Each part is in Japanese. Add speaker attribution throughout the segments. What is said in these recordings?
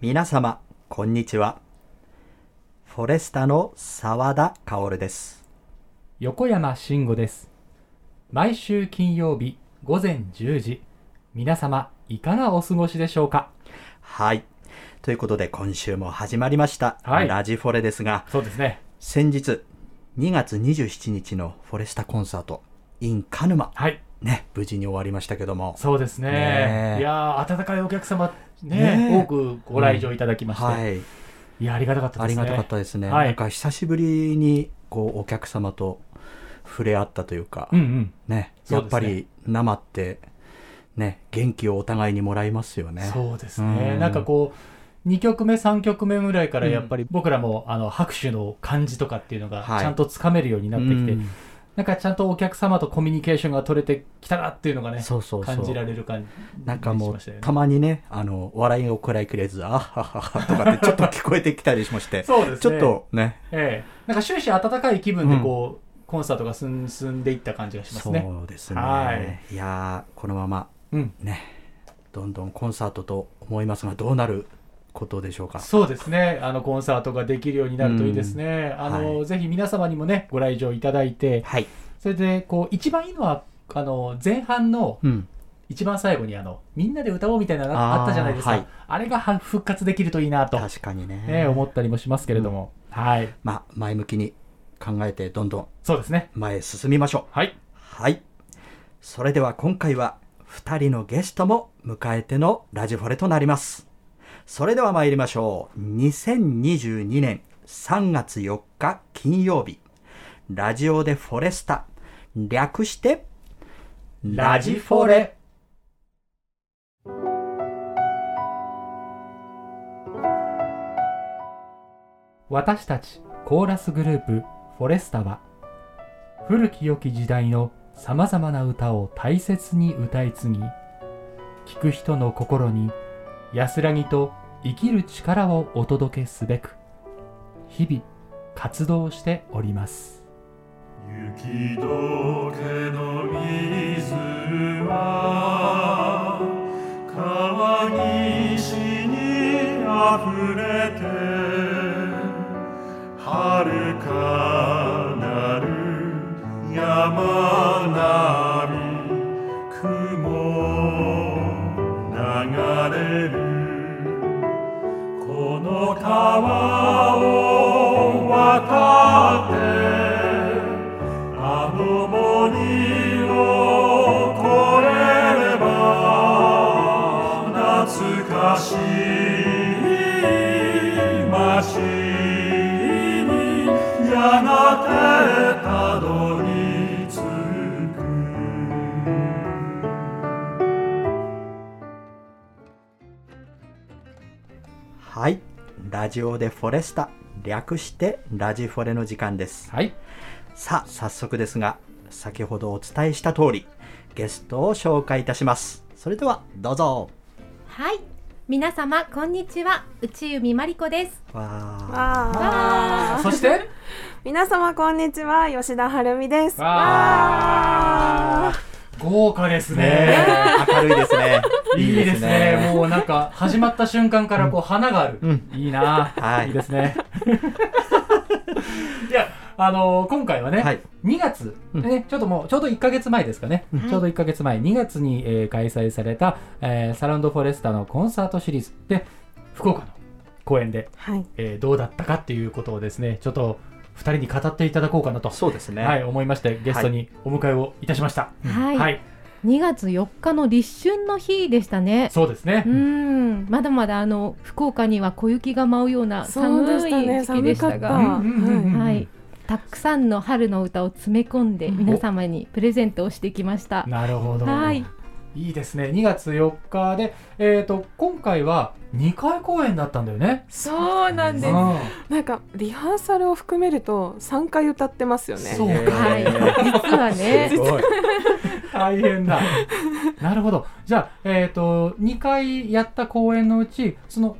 Speaker 1: 皆様、こんにちは。フォレスタの沢田薫です。
Speaker 2: 横山慎吾です毎週金曜日午前10時皆様いかがお過ごしでしょうか
Speaker 1: はい。ということで、今週も始まりました。
Speaker 2: はい
Speaker 1: ラジフォレですが、
Speaker 2: そうですね
Speaker 1: 先日、2月27日のフォレスタコンサート、in 鹿沼。
Speaker 2: はい
Speaker 1: ね、無事に終わりましたけども。
Speaker 2: そうですね
Speaker 1: ねえ
Speaker 2: いやー温かいお客様ね
Speaker 1: ねえ
Speaker 2: 多くご来場いただきまして、
Speaker 1: はい。
Speaker 2: いやありがたかった
Speaker 1: あ
Speaker 2: で
Speaker 1: り
Speaker 2: すね
Speaker 1: がたかったですね。
Speaker 2: はい
Speaker 1: なんか久しぶりに、こう、お客様と触れ合ったというか、
Speaker 2: うんうん
Speaker 1: ね、
Speaker 2: そ
Speaker 1: や
Speaker 2: う
Speaker 1: っ
Speaker 2: です
Speaker 1: ぱ
Speaker 2: ね
Speaker 1: り生って、ね、元気をお互いにもらいますよね。
Speaker 2: そうです
Speaker 1: う
Speaker 2: ね
Speaker 1: ん
Speaker 2: なんかこう2曲目3曲目ぐらいからやっぱり僕らもあの拍手の感じとかっていうのがち
Speaker 1: はい
Speaker 2: ゃんとつかめるようになってきて、
Speaker 1: うん
Speaker 2: なんかちゃんとお客様とコミュニケーションが取れてきたなっていうのがね
Speaker 1: そうそうそう
Speaker 2: 感じられる感じ
Speaker 1: なんかも
Speaker 2: し
Speaker 1: う
Speaker 2: ましたよね
Speaker 1: たまにねあの笑いをこらえきれず「あははは」とかってちょっと聞こえてきたりしまして
Speaker 2: そうですね
Speaker 1: ちょっとね
Speaker 2: ええ、なんか終始温かい気分でこう、コンサートが進進んでいった感じがしますね。
Speaker 1: そうですね、、
Speaker 2: はい
Speaker 1: やーこのまま
Speaker 2: うん、
Speaker 1: ねどんどんコンサートと思いますがどうなることでしょうか
Speaker 2: そうですね。あのコンサートができるようになるといいですね。あの、
Speaker 1: は
Speaker 2: ぜひ皆様にもねご来場いただいて、
Speaker 1: はい、
Speaker 2: それでこう一番いいのはあの前半の
Speaker 1: うん、
Speaker 2: 一番最後にあのみんなで歌おうみたいなのが
Speaker 1: あー
Speaker 2: あったじゃないですか。
Speaker 1: はい
Speaker 2: あれがは復活できるといいなと、
Speaker 1: 確かにね、
Speaker 2: ええ思ったりもしますけれども、はい、
Speaker 1: まあ前向きに考えてどんどん
Speaker 2: そうですね。
Speaker 1: 前へ進みましょう
Speaker 2: はい、
Speaker 1: はいそれでは今回は2人のゲストも迎えてのラジフォレとなりますそれでは参りましょう2022年3月4日金曜日ラジオでフォレスタ略して
Speaker 2: ラジフォレ。私たちコーラスグループフォレスタは古き良き時代のさまざまな歌を大切に歌い継ぎ聴く人の心に安らぎと生きる力をお届けすべく日々活動しております。
Speaker 3: 雪解けの水は川岸にあふれて遥かなる山並み雲流れるこの川を渡ってあの森を越えれば懐かしい街にやがてたどり着く
Speaker 1: はいラジオでフォレスタ略してラジフォレの時間です
Speaker 2: はい、
Speaker 1: さあ早速ですが先ほどお伝えした通りゲストを紹介いたしますそれではどうぞ
Speaker 4: はい、皆様こんにちは、内海まりこです。
Speaker 1: わ
Speaker 5: わ
Speaker 2: そして
Speaker 5: ー皆様こんにちは吉田晴美です
Speaker 2: わー豪華です
Speaker 1: ーね
Speaker 2: ね。
Speaker 1: え明るいですね
Speaker 2: いいですね。もうなんか始まった瞬間からこう花がある。いいな。
Speaker 1: はい
Speaker 2: いいですね。 いや、あのー今回はね、
Speaker 1: はい
Speaker 2: 2月、ね、ちょっともうちょうど1ヶ月前ですかね。
Speaker 4: ん
Speaker 2: ちょうど1ヶ月前、2月に、えー開催された、えーサラウンドフォレスタのコンサートシリーズで福岡の公演で、
Speaker 5: はい
Speaker 2: えーどうだったかっていうことをですね、ちょっと2人に語っていただこうかなと。
Speaker 1: そうですね
Speaker 2: はい、思いましてゲストにお迎えをいたしました。
Speaker 4: はい、
Speaker 2: はい、
Speaker 4: 2月4日の立春の日でしたね。
Speaker 2: そうですね
Speaker 4: う。ん、まだまだあの福岡には小雪が舞うような
Speaker 5: そう
Speaker 4: 寒
Speaker 5: で
Speaker 4: い
Speaker 5: したね
Speaker 4: 時期でした
Speaker 5: 寒
Speaker 4: が、
Speaker 5: かっ
Speaker 2: うんうんうんうん
Speaker 4: はい、たくさんの春の歌を詰め込んで皆様にプレゼントをしてきました。
Speaker 2: なるほど。
Speaker 4: はい、
Speaker 2: いいですね。2月4日で、えっ、と今回は2回公演だったんだよね。
Speaker 5: そうなんです
Speaker 2: うん
Speaker 5: なんかリハーサルを含めると3回歌ってますよね
Speaker 2: そうか
Speaker 4: はい、実 はね、
Speaker 2: ごい。大変だ。なるほど。じゃあえっ、と2回やった公演のうちその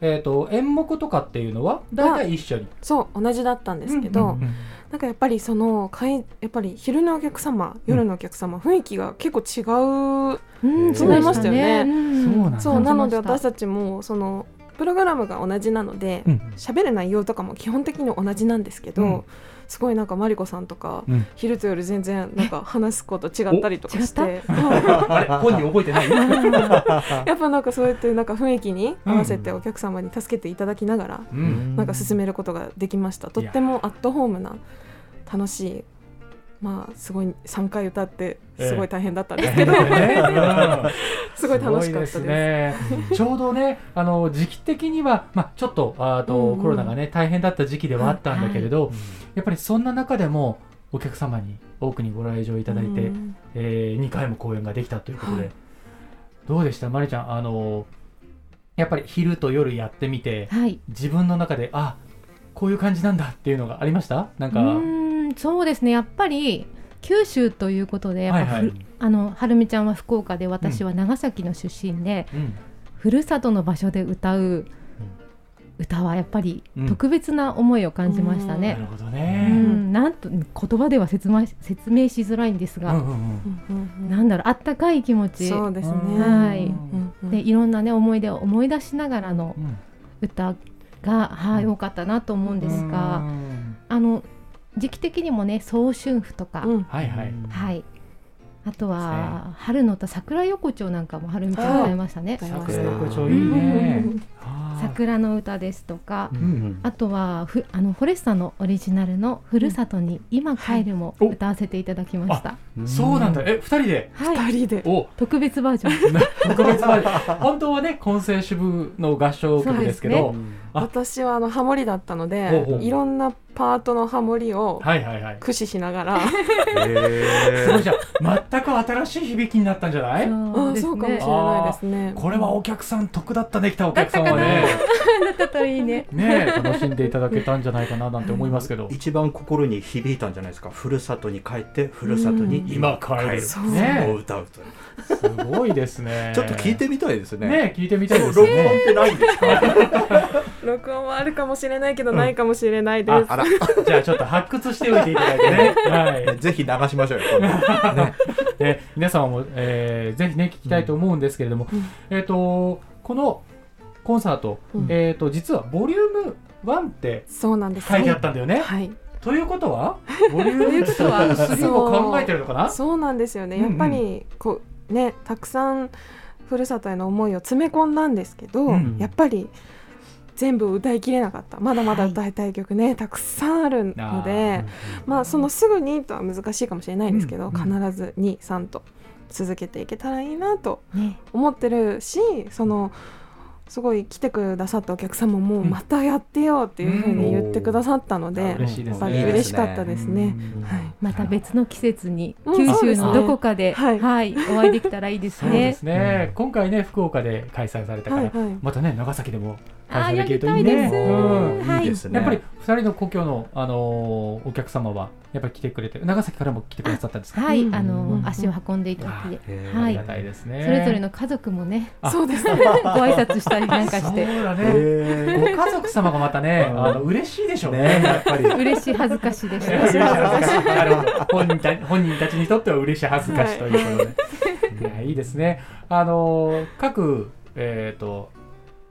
Speaker 2: えっ、と演目とかっていうのは大体一緒に。
Speaker 5: そう同じだったんですけど、
Speaker 2: うんうんうん
Speaker 5: なんかやっぱりその会やっぱり昼のお客様夜のお客様、雰囲気が結構違う、
Speaker 4: うん、
Speaker 2: そう
Speaker 4: で
Speaker 2: なりま
Speaker 5: したよね
Speaker 4: うん
Speaker 2: そうなんだ
Speaker 5: そうなので
Speaker 4: 感じました
Speaker 5: 私たちもそのプログラムが同じなので
Speaker 2: うん
Speaker 5: 喋、る内容とかも基本的に同じなんですけど、
Speaker 2: うん
Speaker 5: すごいなんかマリコさんとか、
Speaker 2: うん
Speaker 5: 昼と夜全然なんか話すこと違ったりとかして、
Speaker 2: あれ本人覚えてない
Speaker 5: やっぱなんかそうやってなんか雰囲気に合わせて
Speaker 1: うん
Speaker 5: お客様に助けていただきながら、
Speaker 2: うん
Speaker 5: なんか進めることができましたとってもアットホームな楽しいまあすごい3回歌ってすごい大変だったんですけど、 すごい楽しかったです
Speaker 2: すごいねちょうど ねあの時期的には、まあ、ちょっとああと、
Speaker 5: うんうん
Speaker 2: コロナがね大変だった時期ではあったんだけれど、やっぱりそんな中でもお客様に多くにご来場いただいて、
Speaker 5: うん
Speaker 2: え2回も公演ができたということで、
Speaker 5: はい
Speaker 2: どうでしたまりちゃんあのやっぱり昼と夜やってみて
Speaker 4: はい
Speaker 2: 自分の中であこういう感じなんだっていうのがありましたなん
Speaker 4: う
Speaker 2: か、
Speaker 4: ーんそうですねやっぱり九州ということでやっ
Speaker 2: はい
Speaker 4: ぱふ、
Speaker 2: はい、
Speaker 4: あのはるみちゃんは福岡で私は長崎の出身で、
Speaker 2: うん
Speaker 4: ふるさとの場所で歌う歌はやっぱり
Speaker 2: うん
Speaker 4: 特別な思いを感じました
Speaker 2: な
Speaker 4: ね。
Speaker 2: るほど
Speaker 4: う
Speaker 2: ね、
Speaker 4: ん、なんと言葉では説明説明しづらいんです
Speaker 2: うん
Speaker 4: が、
Speaker 2: うんうん
Speaker 5: うんうん
Speaker 4: なんだろうあったかい気持ち
Speaker 5: そうですね、
Speaker 4: はい
Speaker 5: うんうん
Speaker 4: でいろんなね思い出を思い出しながらの
Speaker 2: うん
Speaker 4: 歌が、はい、多かったなと思うんです
Speaker 2: う
Speaker 4: が、
Speaker 2: ん
Speaker 4: あの時期的にもね早春譜とか、
Speaker 5: うん
Speaker 2: はいはい、
Speaker 4: はい。あとは春の歌桜横丁なんかも春みちゃん歌いましたね。
Speaker 5: 歌いまし
Speaker 2: 桜
Speaker 5: た
Speaker 2: 横丁いいね
Speaker 5: うん
Speaker 2: あー
Speaker 4: 桜の歌ですとか
Speaker 2: う、ん
Speaker 1: うん
Speaker 4: あとはふあのフォレスタのオリジナルのふるさとに今帰るも
Speaker 2: うんはい
Speaker 4: 歌わせていただきました。
Speaker 2: そうなんだえ二人で
Speaker 4: はい。
Speaker 5: 二人で
Speaker 2: お
Speaker 4: 特別バージョン。
Speaker 2: 特別まで 本当はね混声支部の合唱曲ですけ
Speaker 4: そ
Speaker 2: ど
Speaker 4: う
Speaker 2: あ
Speaker 5: 私はあのハモリだったので
Speaker 2: ほうほう
Speaker 5: いろんなパートのハモリを
Speaker 2: はいはいはい
Speaker 5: 駆使しながら、
Speaker 2: すごいじゃん全く新しい響きになったんじゃない
Speaker 5: うんそうかもしれないですね
Speaker 2: これはお客さん得だったね来たお客さんはね
Speaker 4: だったといいね。
Speaker 2: ね楽しんでいただけたんじゃないかななんて思います けど
Speaker 1: 一番心に響いたんじゃないですか。ふるさとに帰って、ふるさとに今帰る。
Speaker 5: そう
Speaker 1: を
Speaker 2: ね
Speaker 1: 歌うという。
Speaker 2: すごいですね
Speaker 1: ちょっと聞いてみたいですね。
Speaker 2: ね聞いてみたいです
Speaker 1: 録音っ
Speaker 2: ね
Speaker 1: てないんですか。
Speaker 5: 録音はあるかもしれないけどないかもしれないです、
Speaker 1: あら、
Speaker 2: じゃあちょっと発掘しておいていただいてねはい
Speaker 1: ぜひ流しましょうよ。今度ね
Speaker 2: えー皆様も、えーぜひね聞きたいと思うんですけれども、
Speaker 5: うん
Speaker 2: えっ、とこのコンサート、
Speaker 5: うん
Speaker 2: えっ、と実はボリューム1って
Speaker 5: そうなんです
Speaker 2: 書いてあったんだよね。
Speaker 5: はい
Speaker 2: ということはボリューム
Speaker 4: とは
Speaker 2: 3を考えてるのかな？
Speaker 5: そうなんですよね
Speaker 2: うんう
Speaker 5: や
Speaker 2: ん
Speaker 5: っぱりこうねたくさんふるさとへの思いを詰め込んだんですけど、
Speaker 2: うん
Speaker 5: やっぱり全部歌いきれなかったまだまだ歌いたい曲ね、たくさんあるのでまあそのすぐにとは難しいかもしれないんですけど、
Speaker 2: うんう
Speaker 5: 必ず23と続けていけたらいいなと
Speaker 4: ね。
Speaker 5: 思ってるしそのすごい来てくださったお客様も
Speaker 2: うん
Speaker 5: またやってよっていうふうに言ってくださったので、
Speaker 2: うん
Speaker 5: やっ
Speaker 2: 嬉しいですね
Speaker 5: ぱり嬉しかったですね。
Speaker 2: うん
Speaker 5: はい
Speaker 4: また別の季節に
Speaker 5: うん
Speaker 4: 九州のどこかで、
Speaker 5: そう
Speaker 4: は
Speaker 5: で
Speaker 4: い、
Speaker 5: すね
Speaker 4: お会いできたらいいです
Speaker 2: そうで
Speaker 4: ね
Speaker 2: す。ね
Speaker 1: うん
Speaker 2: 今回ね福岡で開催されたから、
Speaker 5: はいはい
Speaker 2: またね長崎でも
Speaker 4: あ
Speaker 2: 開催
Speaker 4: ー
Speaker 2: で
Speaker 4: や
Speaker 2: きる
Speaker 4: り
Speaker 2: と
Speaker 4: た
Speaker 2: いい
Speaker 4: いで
Speaker 2: ね。
Speaker 4: す。
Speaker 2: うん
Speaker 1: い
Speaker 4: はい
Speaker 1: で
Speaker 4: い。
Speaker 1: すね。
Speaker 2: やっぱり二人の故郷の、あのーお客様はやっぱり来てくれて長崎からも来てくださったんですか
Speaker 4: はい、
Speaker 5: うん
Speaker 4: あ
Speaker 2: う
Speaker 4: の
Speaker 2: ん
Speaker 4: 足を運んでいただき、
Speaker 1: へー
Speaker 4: は
Speaker 2: ありが
Speaker 4: い、
Speaker 2: たいですね
Speaker 4: それぞれの家族もね、
Speaker 2: あ
Speaker 5: そう ですね
Speaker 4: ご挨拶したりなんかして、
Speaker 2: そうだ
Speaker 1: へ
Speaker 2: ね。
Speaker 1: ー
Speaker 2: ご家族様がまたね、
Speaker 1: うん
Speaker 2: あの嬉しいでしょうね。
Speaker 1: ね
Speaker 2: やっぱり。
Speaker 4: 嬉しい恥ずかしいでし
Speaker 2: 嬉
Speaker 4: た。
Speaker 2: しい恥ずかしいなるほど 本人た本人たちにとっては嬉しい恥ずかしいということで、い、やいいですねあの各えっ、と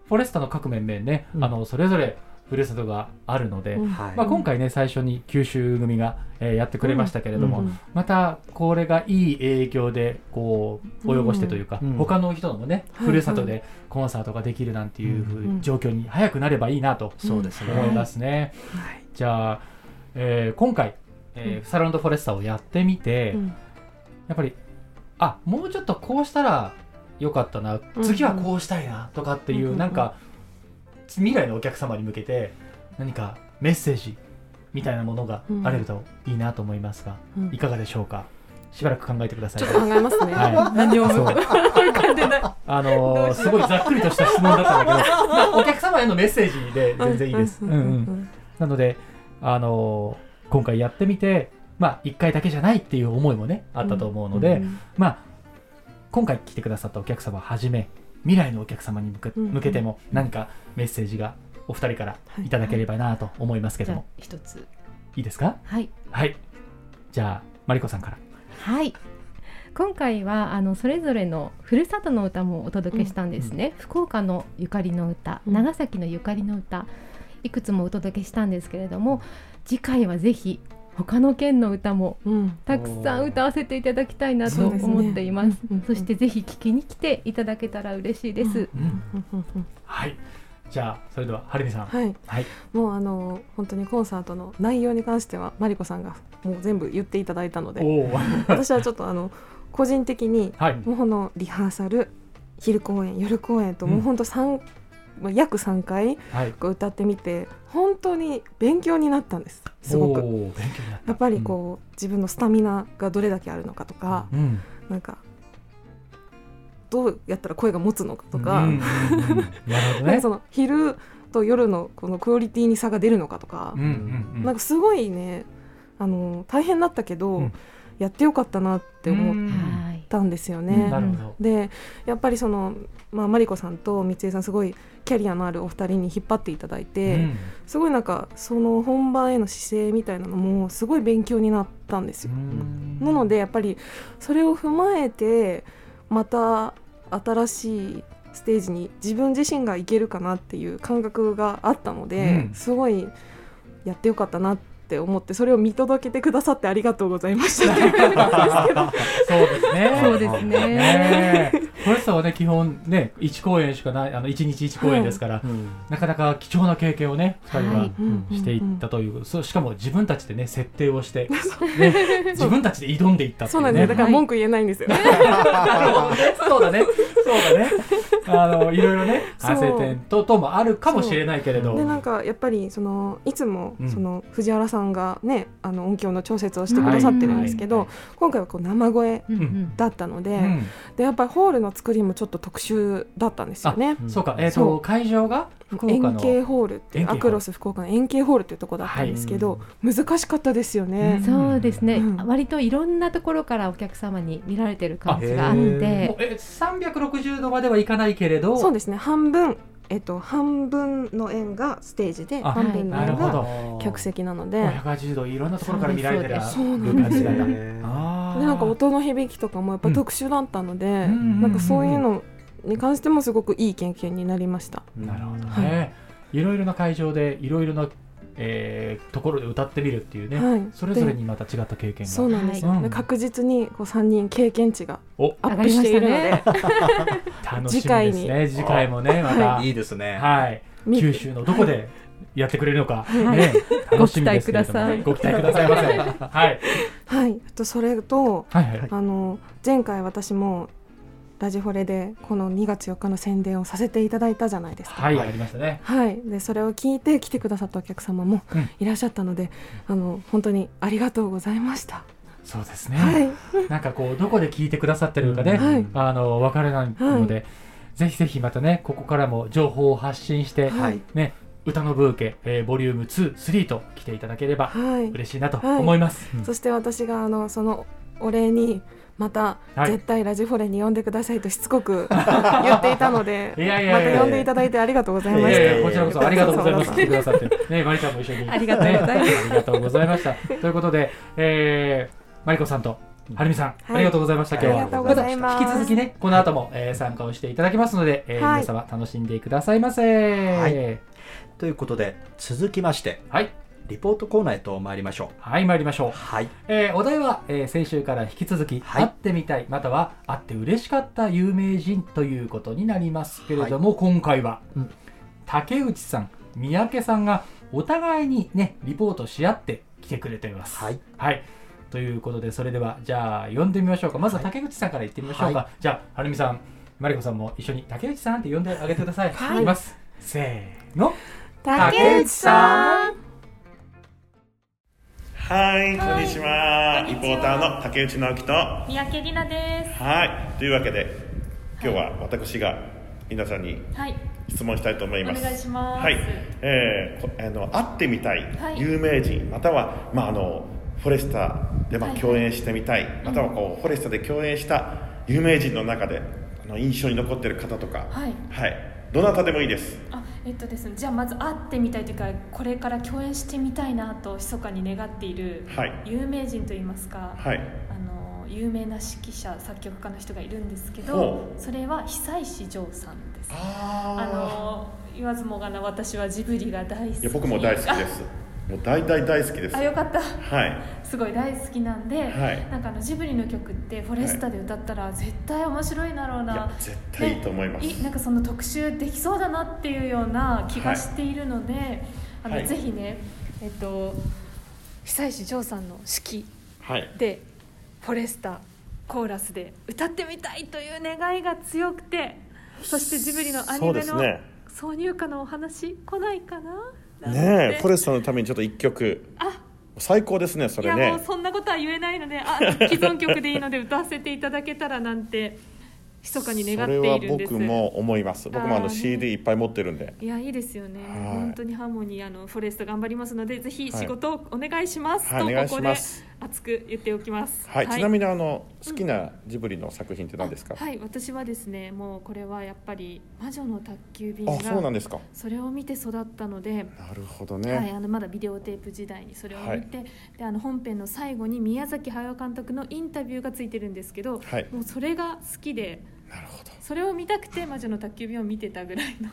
Speaker 2: フォレスタの各面々ね、
Speaker 1: うん
Speaker 2: あのそれぞれふるさとがあるので、
Speaker 5: うん
Speaker 1: はい
Speaker 2: まあ、今回ね最初に九州組が、えーやってくれましたけれども、
Speaker 5: うんうん
Speaker 2: またこれがいい影響でこう及ぼしてというか、
Speaker 1: うん
Speaker 2: 他の人のもね、
Speaker 5: はい
Speaker 2: ふるさとでコンサートができるなんていうふう
Speaker 5: うん
Speaker 2: 状況に早くなればいいなと
Speaker 1: そうですね。
Speaker 2: 思いますね。じゃあ、えー今回、えーサロンドフォレスタをやってみて、
Speaker 5: うん
Speaker 2: やっぱりあもうちょっとこうしたらよかったな
Speaker 5: うん
Speaker 2: 次はこうしたいなとかっていう、
Speaker 5: うん
Speaker 2: なんか未来のお客様に向けて何かメッセージみたいなものがあれるといいなと思いますが、
Speaker 5: うん
Speaker 2: いかがでしょうかしばらく考えてください
Speaker 5: ちょっと考えますね。
Speaker 2: はい
Speaker 5: 何を
Speaker 2: そう
Speaker 5: 浮 かんでない。
Speaker 2: あのーすごいざっくりとした質問だったんだけど、まあお客様へのメッセージで全然いいです。
Speaker 5: う
Speaker 2: うんん
Speaker 5: う
Speaker 2: うん
Speaker 5: うん
Speaker 2: んなので、あのー今回やってみて、まあ、1回だけじゃないっていう思いもね、あったと思うので、
Speaker 5: うん
Speaker 2: まあ、今回来てくださったお客様をはじめ、未来のお客様に向け
Speaker 5: うん
Speaker 2: 向けても、何かメッセージがお二人からいただければなと思いますけ
Speaker 4: じ
Speaker 2: ど
Speaker 4: ゃあ
Speaker 2: も、
Speaker 4: 一つ、
Speaker 2: いいですか
Speaker 4: はい、
Speaker 2: はい。じゃあ、マリコさんから。
Speaker 4: はい。今回はあのそれぞれのふるさとの歌もお届けしたんですね、福岡のゆかりの歌、
Speaker 5: うん
Speaker 4: 長崎のゆかりの歌いくつもお届けしたんですけれども次回はぜひ他の県の歌も
Speaker 5: うん
Speaker 4: たくさん歌わせていただきたいなと
Speaker 5: そうですね
Speaker 4: 思っています
Speaker 5: うんうんうん
Speaker 4: そしてぜひ聞きに来ていただけたら嬉しいです、
Speaker 2: うん
Speaker 5: うんうんうん
Speaker 2: はいじゃあそれでははるみさん
Speaker 5: はい
Speaker 2: はい
Speaker 5: もうあの本当にコンサートの内容に関してはマリコさんがもう全部言っていただいたので
Speaker 2: おおは
Speaker 5: 私はちょっとあの個人的に
Speaker 2: い
Speaker 5: もうこのリハーサル昼公演夜公演ともう本当三、まあ約3回
Speaker 2: はい
Speaker 5: こう歌ってみて本当に勉強になったんですすご
Speaker 2: お
Speaker 5: く。
Speaker 2: ー勉強になった
Speaker 5: やっぱりこう、自分のスタミナがどれだけあるのかとか、
Speaker 2: うん、うん
Speaker 5: なんかどうやったら声が持つのかとか,、
Speaker 2: うんうんうんなるほど
Speaker 5: なんか
Speaker 2: ね
Speaker 5: その昼と夜のこのクオリティに差が出るのかとか、
Speaker 2: う んうんうん
Speaker 5: なんかすごいねあの大変だったけど、
Speaker 2: うん
Speaker 5: やってよかったなって思っ
Speaker 2: うん
Speaker 4: はい
Speaker 5: たんですよ
Speaker 2: な
Speaker 5: ね。
Speaker 2: るほど
Speaker 5: でやっぱりその、まあ、マリコさんと三井さんすごいキャリアのあるお二人に引っ張っていただいて、
Speaker 2: うん
Speaker 5: すごいなんかその本番への姿勢みたいなのもすごい勉強になったんですよ。
Speaker 2: うん
Speaker 5: なのでやっぱりそれを踏まえてまた新しいステージに自分自身がいけるかなっていう感覚があったので、
Speaker 2: うん
Speaker 5: すごいやってよかったなって思ってそれを見届けてくださってありがとうございましたっていう感じ なんですけど
Speaker 2: そうですね。
Speaker 4: そうですね
Speaker 2: ねえ。フォレスタはね、基本ね、1公演しかない、あの、1日1公演ですから、なかなか貴重な経験をね、2人は、
Speaker 4: はい
Speaker 2: うん
Speaker 5: うん
Speaker 2: していったという、そうしかも自分たちでね、設定を して、ね、自分たちで挑んでいったってい
Speaker 5: そう
Speaker 2: う
Speaker 5: なんで
Speaker 2: ね。
Speaker 5: すよだから文句言えないんですよ。
Speaker 2: そうだね。そうだね。あの、いろいろね、
Speaker 5: そう
Speaker 2: 反省点と、ともあるかもしれないけれど。
Speaker 5: でなんかやっぱりそのいつも
Speaker 2: うん
Speaker 5: その藤原さんがねあの音響の調節をしてくださってるんですけど、
Speaker 2: はい
Speaker 5: 今回はこう生声
Speaker 4: うんうん
Speaker 5: だったので、
Speaker 2: うん
Speaker 5: でやっぱりホールの作りもちょっと特殊だったんですよね。
Speaker 2: あそうか、
Speaker 1: うん
Speaker 2: えっ
Speaker 5: そ
Speaker 2: と、会場が福岡
Speaker 5: 円
Speaker 2: の。
Speaker 5: 形ホールってい
Speaker 2: 円
Speaker 5: う
Speaker 2: 形ホール
Speaker 5: アクロス福岡の円形ホールっていうところだったんですけど、難しかったですよね。
Speaker 4: そうですね、
Speaker 5: うん
Speaker 4: 割といろんなところからお客様に見られてる感じがあっ
Speaker 1: あへ
Speaker 2: もう
Speaker 4: て
Speaker 2: え360度まではいかないけれど、
Speaker 5: そうですね半分、えっと、半分の円がステージで
Speaker 2: あ
Speaker 5: 半分の
Speaker 2: なる
Speaker 5: 円
Speaker 2: ほ
Speaker 5: が
Speaker 2: ど
Speaker 5: 客席なので
Speaker 2: 180度いろんなところから見られてる
Speaker 5: そうです
Speaker 2: 感じ
Speaker 5: そう
Speaker 2: なんだ
Speaker 5: な。
Speaker 2: あー
Speaker 5: でなんか音の響きとかもやっぱ特殊だったので、
Speaker 2: ん
Speaker 5: なんかそういうのに関してもすごくいい経験になりました。
Speaker 2: なるほどね。いろいろな会場でいろいろなえーところで歌ってみるっていうね。
Speaker 5: はい、
Speaker 2: それぞれにまた違った経験
Speaker 5: で
Speaker 2: が。
Speaker 5: そうなんですよ、
Speaker 2: はい
Speaker 5: で確実にこう3人経験値が
Speaker 2: お
Speaker 5: アップしているの
Speaker 4: 上がりま
Speaker 5: で、
Speaker 2: 楽しみですね。次回もねまた
Speaker 1: いいですね。
Speaker 2: はい
Speaker 5: 見て
Speaker 2: 九州のどこでやってくれるのか
Speaker 4: はい
Speaker 2: ね楽しみですけれどもね。ご
Speaker 4: ご
Speaker 2: 期待くださいませ。 はい
Speaker 5: はい、あとそれと
Speaker 2: はいはい。
Speaker 5: あの前回私もラジフォレでこの2月4日の宣伝をさせていただいたじゃないですか。
Speaker 2: はいありましたね。
Speaker 5: はい、でそれを聞いて来てくださったお客様も
Speaker 2: うん
Speaker 5: いらっしゃったので、あの本当にありがとうございました。
Speaker 2: そうですね。
Speaker 5: はい、
Speaker 2: なんかこうどこで聞いてくださってるかね、
Speaker 5: はい
Speaker 2: あの分からないので、ぜひぜひまたねここからも情報を発信して、
Speaker 5: はい
Speaker 2: ね歌のブーケ、えー、ボリューム23と来ていただければ
Speaker 5: はい、
Speaker 2: 嬉しいなと思います。
Speaker 5: そして私があのそのお礼にまた
Speaker 2: はい
Speaker 5: 絶対ラジフォレに呼んでくださいとしつ こく言っていたので、
Speaker 2: いやいやいや
Speaker 5: また呼んでいただいてありがとうござい
Speaker 2: い
Speaker 5: まし
Speaker 2: やい
Speaker 5: た。
Speaker 2: やこちらこそありがとうございます。
Speaker 5: こ
Speaker 2: 来て
Speaker 5: ちらこ
Speaker 2: くださって、ね、マリちゃんも一緒に、
Speaker 4: ありがとうございま
Speaker 2: ね
Speaker 4: す
Speaker 2: ありがとうございました。ということで、えー、マリコさんとはるみさん、
Speaker 5: い
Speaker 2: ありがとうございました。今日は
Speaker 5: ありがとうございます
Speaker 2: た引き続きね、この後も、えー、参加をしていただきますので、えー
Speaker 5: はい
Speaker 2: 皆様楽しんでくださいませ。
Speaker 1: はいということで、続きまして、
Speaker 2: はい
Speaker 1: リポートコーナーへと参りましょ
Speaker 2: はい、参りまし
Speaker 1: う。
Speaker 2: ょう。
Speaker 1: はい。
Speaker 2: えーお題は、えー先週から引き続き、
Speaker 1: はい
Speaker 2: 会ってみたい、または会って嬉しかった有名人ということになりますけれども、今回は、
Speaker 1: うん
Speaker 2: 竹内さん、三宅さんがお互いにね、リポートし合って来てくれています。
Speaker 1: はい。
Speaker 2: ということで、それでは、じゃあ、呼んでみましょうか。まずは竹内さんから言ってみましょうか。
Speaker 1: は
Speaker 2: じゃあ、はるみさん、まりこさんも一緒に竹内さんって呼んであげてください。
Speaker 5: はい
Speaker 2: いきます。せーの。
Speaker 5: 竹内さん。
Speaker 6: はい、こんにちは。リポーターの竹内直樹と。は
Speaker 7: 三宅里奈で
Speaker 6: い、というわけで、今日は私が皆さんに
Speaker 7: す。はい。
Speaker 6: 質問したいと思います。
Speaker 7: お願いします
Speaker 6: はい、えーこあの会ってみたい
Speaker 7: はい
Speaker 6: 有名人、またはまああのフォレスタでま
Speaker 7: は
Speaker 6: あ
Speaker 7: い
Speaker 6: 共演してみたい、またはこう、フォレスタで共演した有名人の中であの印象に残ってる方とか、
Speaker 7: はい
Speaker 6: どなたでもいいです。
Speaker 7: あ、えっとですね。じゃあまず会ってみたいというか、これから共演してみたいなと密かに願っている
Speaker 6: はい
Speaker 7: 有名人といいますか、
Speaker 6: はい。
Speaker 7: あの有名な指揮者作曲家の人がいるんですけ
Speaker 6: ほ
Speaker 7: どそれは久石譲さんですあ
Speaker 6: あ
Speaker 7: の言わずもがな私はジブリが大好き
Speaker 6: ーいや僕も大好きですもう大大大好きです
Speaker 7: あよかった
Speaker 6: はい
Speaker 7: すごい大好きなんで、
Speaker 6: はい
Speaker 7: なんかあのジブリの曲ってフォレスタで歌ったら絶対面白いだろう
Speaker 6: い
Speaker 7: な、
Speaker 6: や絶対いいと思います、
Speaker 7: ねなんかその特集できそうだなっていうような気がしているので、あの
Speaker 6: はい
Speaker 7: ぜひねえっと久石譲さんの指揮
Speaker 6: はい
Speaker 7: でフォレスタコーラスで歌ってみたいという願いが強くてそしてジブリのアニ
Speaker 6: そうで
Speaker 7: メ
Speaker 6: す
Speaker 7: の
Speaker 6: ね
Speaker 7: 挿入歌のお話来ないかななんて
Speaker 6: ねえフォレスタのためにちょっと一曲
Speaker 7: あ
Speaker 6: 最高ですねそ
Speaker 7: い
Speaker 6: れ
Speaker 7: や
Speaker 6: ね
Speaker 7: もうそんなことは言えないのであ既存曲でいいので歌わせていただけたらなんて密かに願っているんです
Speaker 6: それは僕も思います僕もあ
Speaker 7: あー
Speaker 6: の
Speaker 7: ね
Speaker 6: CD いっぱい持ってるんで
Speaker 7: いやいいですよね、
Speaker 6: はい
Speaker 7: 本当にハーモニーあのフォレスト頑張りますのでぜひ
Speaker 6: はい
Speaker 7: 仕事をお願いします、
Speaker 6: はいお
Speaker 7: と
Speaker 6: 願い
Speaker 7: ここ
Speaker 6: し
Speaker 7: で
Speaker 6: ます
Speaker 7: 熱く言っておきます
Speaker 6: はい、ちなみ
Speaker 7: に
Speaker 6: にあの好きなジブリの作品って何ですか、
Speaker 7: はい私はですねもうこれはやっぱり魔女の宅急便
Speaker 6: あそうなん
Speaker 7: が
Speaker 6: ですか
Speaker 7: それを見て育ったので
Speaker 6: なるほど
Speaker 7: はい、
Speaker 6: ね、
Speaker 7: あのまだビデオテープ時代にそれを見て、であの本編の最後に宮崎駿監督のインタビューがついてるんですけど、
Speaker 6: はい
Speaker 7: もうそれが好きで
Speaker 6: なるほど
Speaker 7: それを見たくて「魔女の宅急便」を見てたぐらいの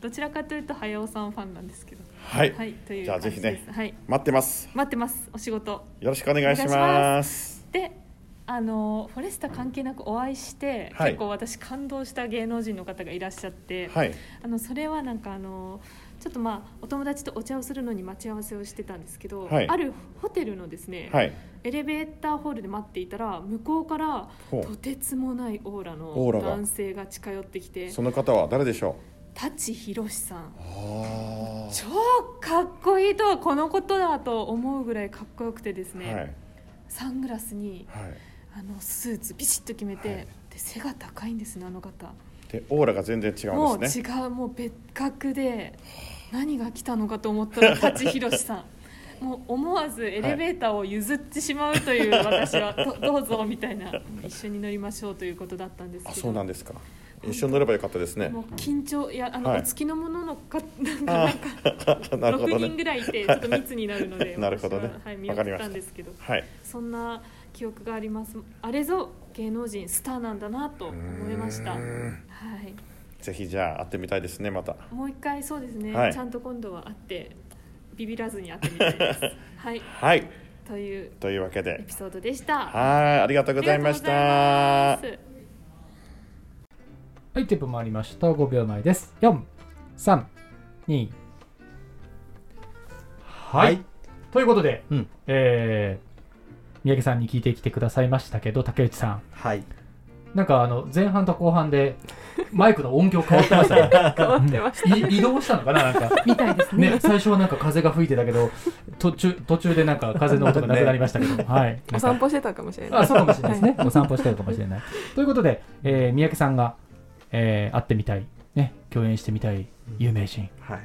Speaker 7: どちらかというと駿さんファンなんですけど
Speaker 6: はい、
Speaker 7: はいという
Speaker 6: じゃあぜひ
Speaker 7: 感じ
Speaker 6: ね
Speaker 7: ですはい、
Speaker 6: 待ってます
Speaker 7: 待ってますお仕事
Speaker 6: よろしくお願いし
Speaker 7: お願
Speaker 6: ま
Speaker 7: い
Speaker 6: す
Speaker 7: であのフォレスタ関係なくお会いして、
Speaker 6: はい
Speaker 7: 結構私感動した芸能人の方がいらっしゃって、
Speaker 6: はい
Speaker 7: あのそれはなんかあのちょっとまあお友達とお茶をするのに待ち合わせをしてたんですけど、
Speaker 6: はい
Speaker 7: あるホテルのですね、
Speaker 6: はい
Speaker 7: エレベーターホールで待っていたら向こうから
Speaker 6: ほう
Speaker 7: とてつもないオーラ
Speaker 6: オーラ
Speaker 7: の
Speaker 6: が
Speaker 7: 男性が近寄ってきて
Speaker 6: その方は誰でしょ
Speaker 7: 舘ひろしさん
Speaker 6: うあ
Speaker 7: 超かっこいいとはこのことだと思うぐらいかっこよくてです
Speaker 6: あ、
Speaker 7: ね、
Speaker 6: はい
Speaker 7: サングラスに
Speaker 6: はい
Speaker 7: あのスーツビシッと決めて、
Speaker 6: はい
Speaker 7: で背が高いんですねあの方
Speaker 6: でオーラが全然違
Speaker 7: も
Speaker 6: うん
Speaker 7: う
Speaker 6: です
Speaker 7: 違
Speaker 6: ね
Speaker 7: うもう別格で何が来たのかと思った ら舘ひろしさんもう思わずエレベーターを譲ってしまうと いう私は、どどうぞみたいな一緒に乗りましょうということだったんですけど
Speaker 6: あそうなんですか一緒に乗ればよかったですね
Speaker 7: もう緊張いやあの、
Speaker 6: はい
Speaker 7: お付きのもののかなんか
Speaker 6: あーなるほ
Speaker 7: 6
Speaker 6: ど
Speaker 7: 人ぐ
Speaker 6: ね
Speaker 7: らいいてちょっと密になるので
Speaker 6: なるほどね
Speaker 7: 私ははい、見
Speaker 6: わかり
Speaker 7: 送っ
Speaker 6: まし
Speaker 7: た
Speaker 6: た
Speaker 7: んですけど
Speaker 6: はい
Speaker 7: そんな記憶がありますあれぞ芸能人スターなんだなと思いました
Speaker 6: う
Speaker 7: は
Speaker 6: ーん
Speaker 7: い
Speaker 6: ぜひじゃあ会ってみたいですねまた
Speaker 7: もう一回そうですね、
Speaker 6: はい
Speaker 7: ちゃんと今度は会ってビビらずに会ってみたい ですはい
Speaker 6: はい
Speaker 7: という
Speaker 6: というわけ
Speaker 7: エ
Speaker 6: で
Speaker 7: ピソードでしたあ
Speaker 6: はいありがとうございました
Speaker 7: りがとうございます
Speaker 2: はい、テープ回りました。5秒前です。4、3、2。はい。
Speaker 1: はい
Speaker 2: ということで、
Speaker 1: うん
Speaker 2: えー三宅さんに聞いてきてくださいましたけど、竹内さん。
Speaker 1: はい。
Speaker 2: なんかあの前半と後半でマイクの音響変わってましたね。
Speaker 5: 変わってまし
Speaker 2: い移動したのかななんか。
Speaker 4: みたいですね
Speaker 2: ね、最初はなんか風が吹いてたけど、途中途中でなんか風の音がなくなりましたけど、はい。
Speaker 5: たお散歩してたかもしれない
Speaker 2: あそうかもしれないですね。お散歩してるかもしれない。ということで、えー三宅さんが、えー会ってみたい、ね、共演してみたい有名人、
Speaker 1: はい。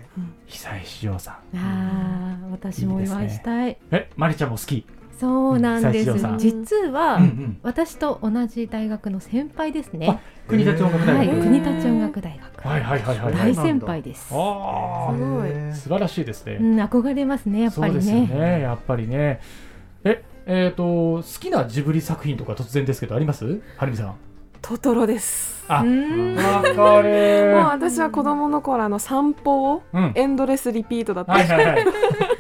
Speaker 2: 久石譲さん。
Speaker 4: ああ私もお祝いしたい
Speaker 2: え、まりちゃんも好き。
Speaker 4: そうなんです
Speaker 2: うん斉藤さん
Speaker 4: 実は、
Speaker 2: うんうん。
Speaker 4: 私と同じ大学の先輩ですね
Speaker 2: 国立音楽
Speaker 4: は
Speaker 2: 大
Speaker 4: い
Speaker 2: 学。
Speaker 4: 国立音楽大学、
Speaker 2: はいはいはいはい。
Speaker 4: 大先輩です
Speaker 2: あ
Speaker 5: すごい
Speaker 2: あ、素晴らしいですね。
Speaker 4: うん、憧れますねやっ
Speaker 2: そ
Speaker 4: ぱ
Speaker 2: う
Speaker 4: り
Speaker 2: ですよ
Speaker 4: ね
Speaker 2: ね、やっぱりね。え、えっ、と、好きなジブリ作品とか突然ですけど、ありますはるみさん。
Speaker 5: トトロです
Speaker 2: あ、
Speaker 4: うーん
Speaker 2: わかる
Speaker 5: もう。私は子供の頃あの散歩を
Speaker 2: うん。
Speaker 5: エンドレスリピートだった
Speaker 2: はいはいはい。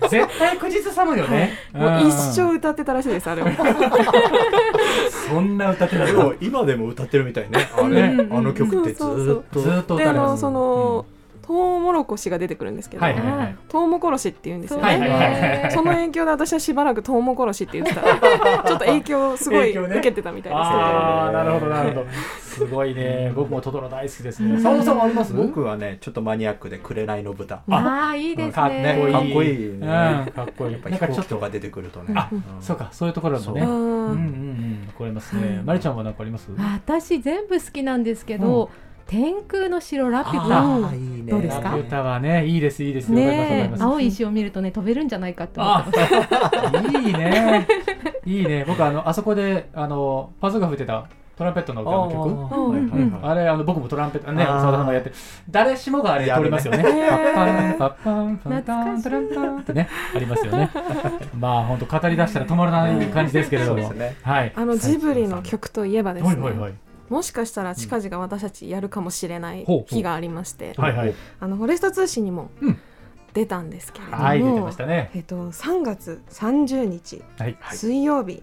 Speaker 2: 絶対口ずさむよね。
Speaker 5: も
Speaker 2: ん
Speaker 5: う一生歌ってたらしいです あれを
Speaker 2: そんな歌ってない
Speaker 1: でも今でも歌ってるみたいね。 あれ、
Speaker 4: うんうん
Speaker 1: あの曲ってず
Speaker 5: そう
Speaker 1: ー
Speaker 5: そ
Speaker 1: っ
Speaker 5: う
Speaker 1: と。
Speaker 2: ずーっと
Speaker 5: で
Speaker 2: 歌
Speaker 5: あ
Speaker 2: いま
Speaker 5: の
Speaker 2: す。
Speaker 5: その、トウモロコシが出てくるんですけど、
Speaker 2: はいはいはい。
Speaker 5: トウモコロシって言うんですよね、
Speaker 2: はいはいはい
Speaker 4: へー
Speaker 5: その影響で私はしばらくトウモコロシって 言ってたちょっと影響をすごい
Speaker 2: 影響ね
Speaker 5: 受けてたみたいですね
Speaker 2: ああ、なるほどなるほど。すごいね。僕もトトロ大好きですね。サオさんもあります？
Speaker 1: 僕はね、ちょっとマニアックで紅の豚。
Speaker 4: ああいいです
Speaker 2: かっ
Speaker 4: ね
Speaker 2: こいい。
Speaker 1: かっこいい
Speaker 2: うん、
Speaker 1: ね
Speaker 2: かっこいい。
Speaker 1: やっぱ
Speaker 2: なん
Speaker 1: 飛
Speaker 2: かちょ
Speaker 1: 行
Speaker 2: っ
Speaker 1: 機と
Speaker 2: と
Speaker 1: か出てくるとね。
Speaker 2: あ
Speaker 1: うん
Speaker 2: そうか、そういうところも
Speaker 5: う
Speaker 2: ね。
Speaker 5: ん
Speaker 2: うんうんうん。わかりますね。まりちゃんはなんかあります？
Speaker 4: 私全部好きなんですけど、
Speaker 2: うん
Speaker 4: 天空の城ラピュ
Speaker 2: あ
Speaker 4: タ
Speaker 1: あ、いいね。
Speaker 4: どうですか
Speaker 2: ラピュタはね、いいですいいです。わかりますわかり
Speaker 4: ね
Speaker 2: ま
Speaker 4: え
Speaker 2: す。
Speaker 4: 青い石を見るとね飛べるんじゃないかって思って
Speaker 2: あ、いいね。いいね。僕、あの、あそこで、あの、パズが吹いてた、トランペットの歌の曲
Speaker 5: あー
Speaker 1: はいはいはい
Speaker 2: あれあの僕もトランペットね
Speaker 1: あー
Speaker 2: 澤田さんがやって誰しもがあれ通りますよね。パ
Speaker 5: るね
Speaker 2: ッパンパッパンパンパン
Speaker 4: 懐かしい
Speaker 2: パンパンってねありますよね。まあ本当語り出したら止まらない感じですけれど
Speaker 1: そ
Speaker 2: も
Speaker 1: うですね、
Speaker 2: はい。
Speaker 5: あのジブリの曲といえばです
Speaker 2: は
Speaker 5: ね
Speaker 2: いはいはい
Speaker 5: もしかしたら近々私たちやるかもしれない
Speaker 2: ほうほう
Speaker 5: 日がありまして
Speaker 2: はいはい
Speaker 5: あのフォレスト通信にも
Speaker 2: うん
Speaker 5: 出たんですけれども、
Speaker 2: はい出てましたね。
Speaker 5: えっと3月30日
Speaker 2: はいはい。
Speaker 5: 水曜日、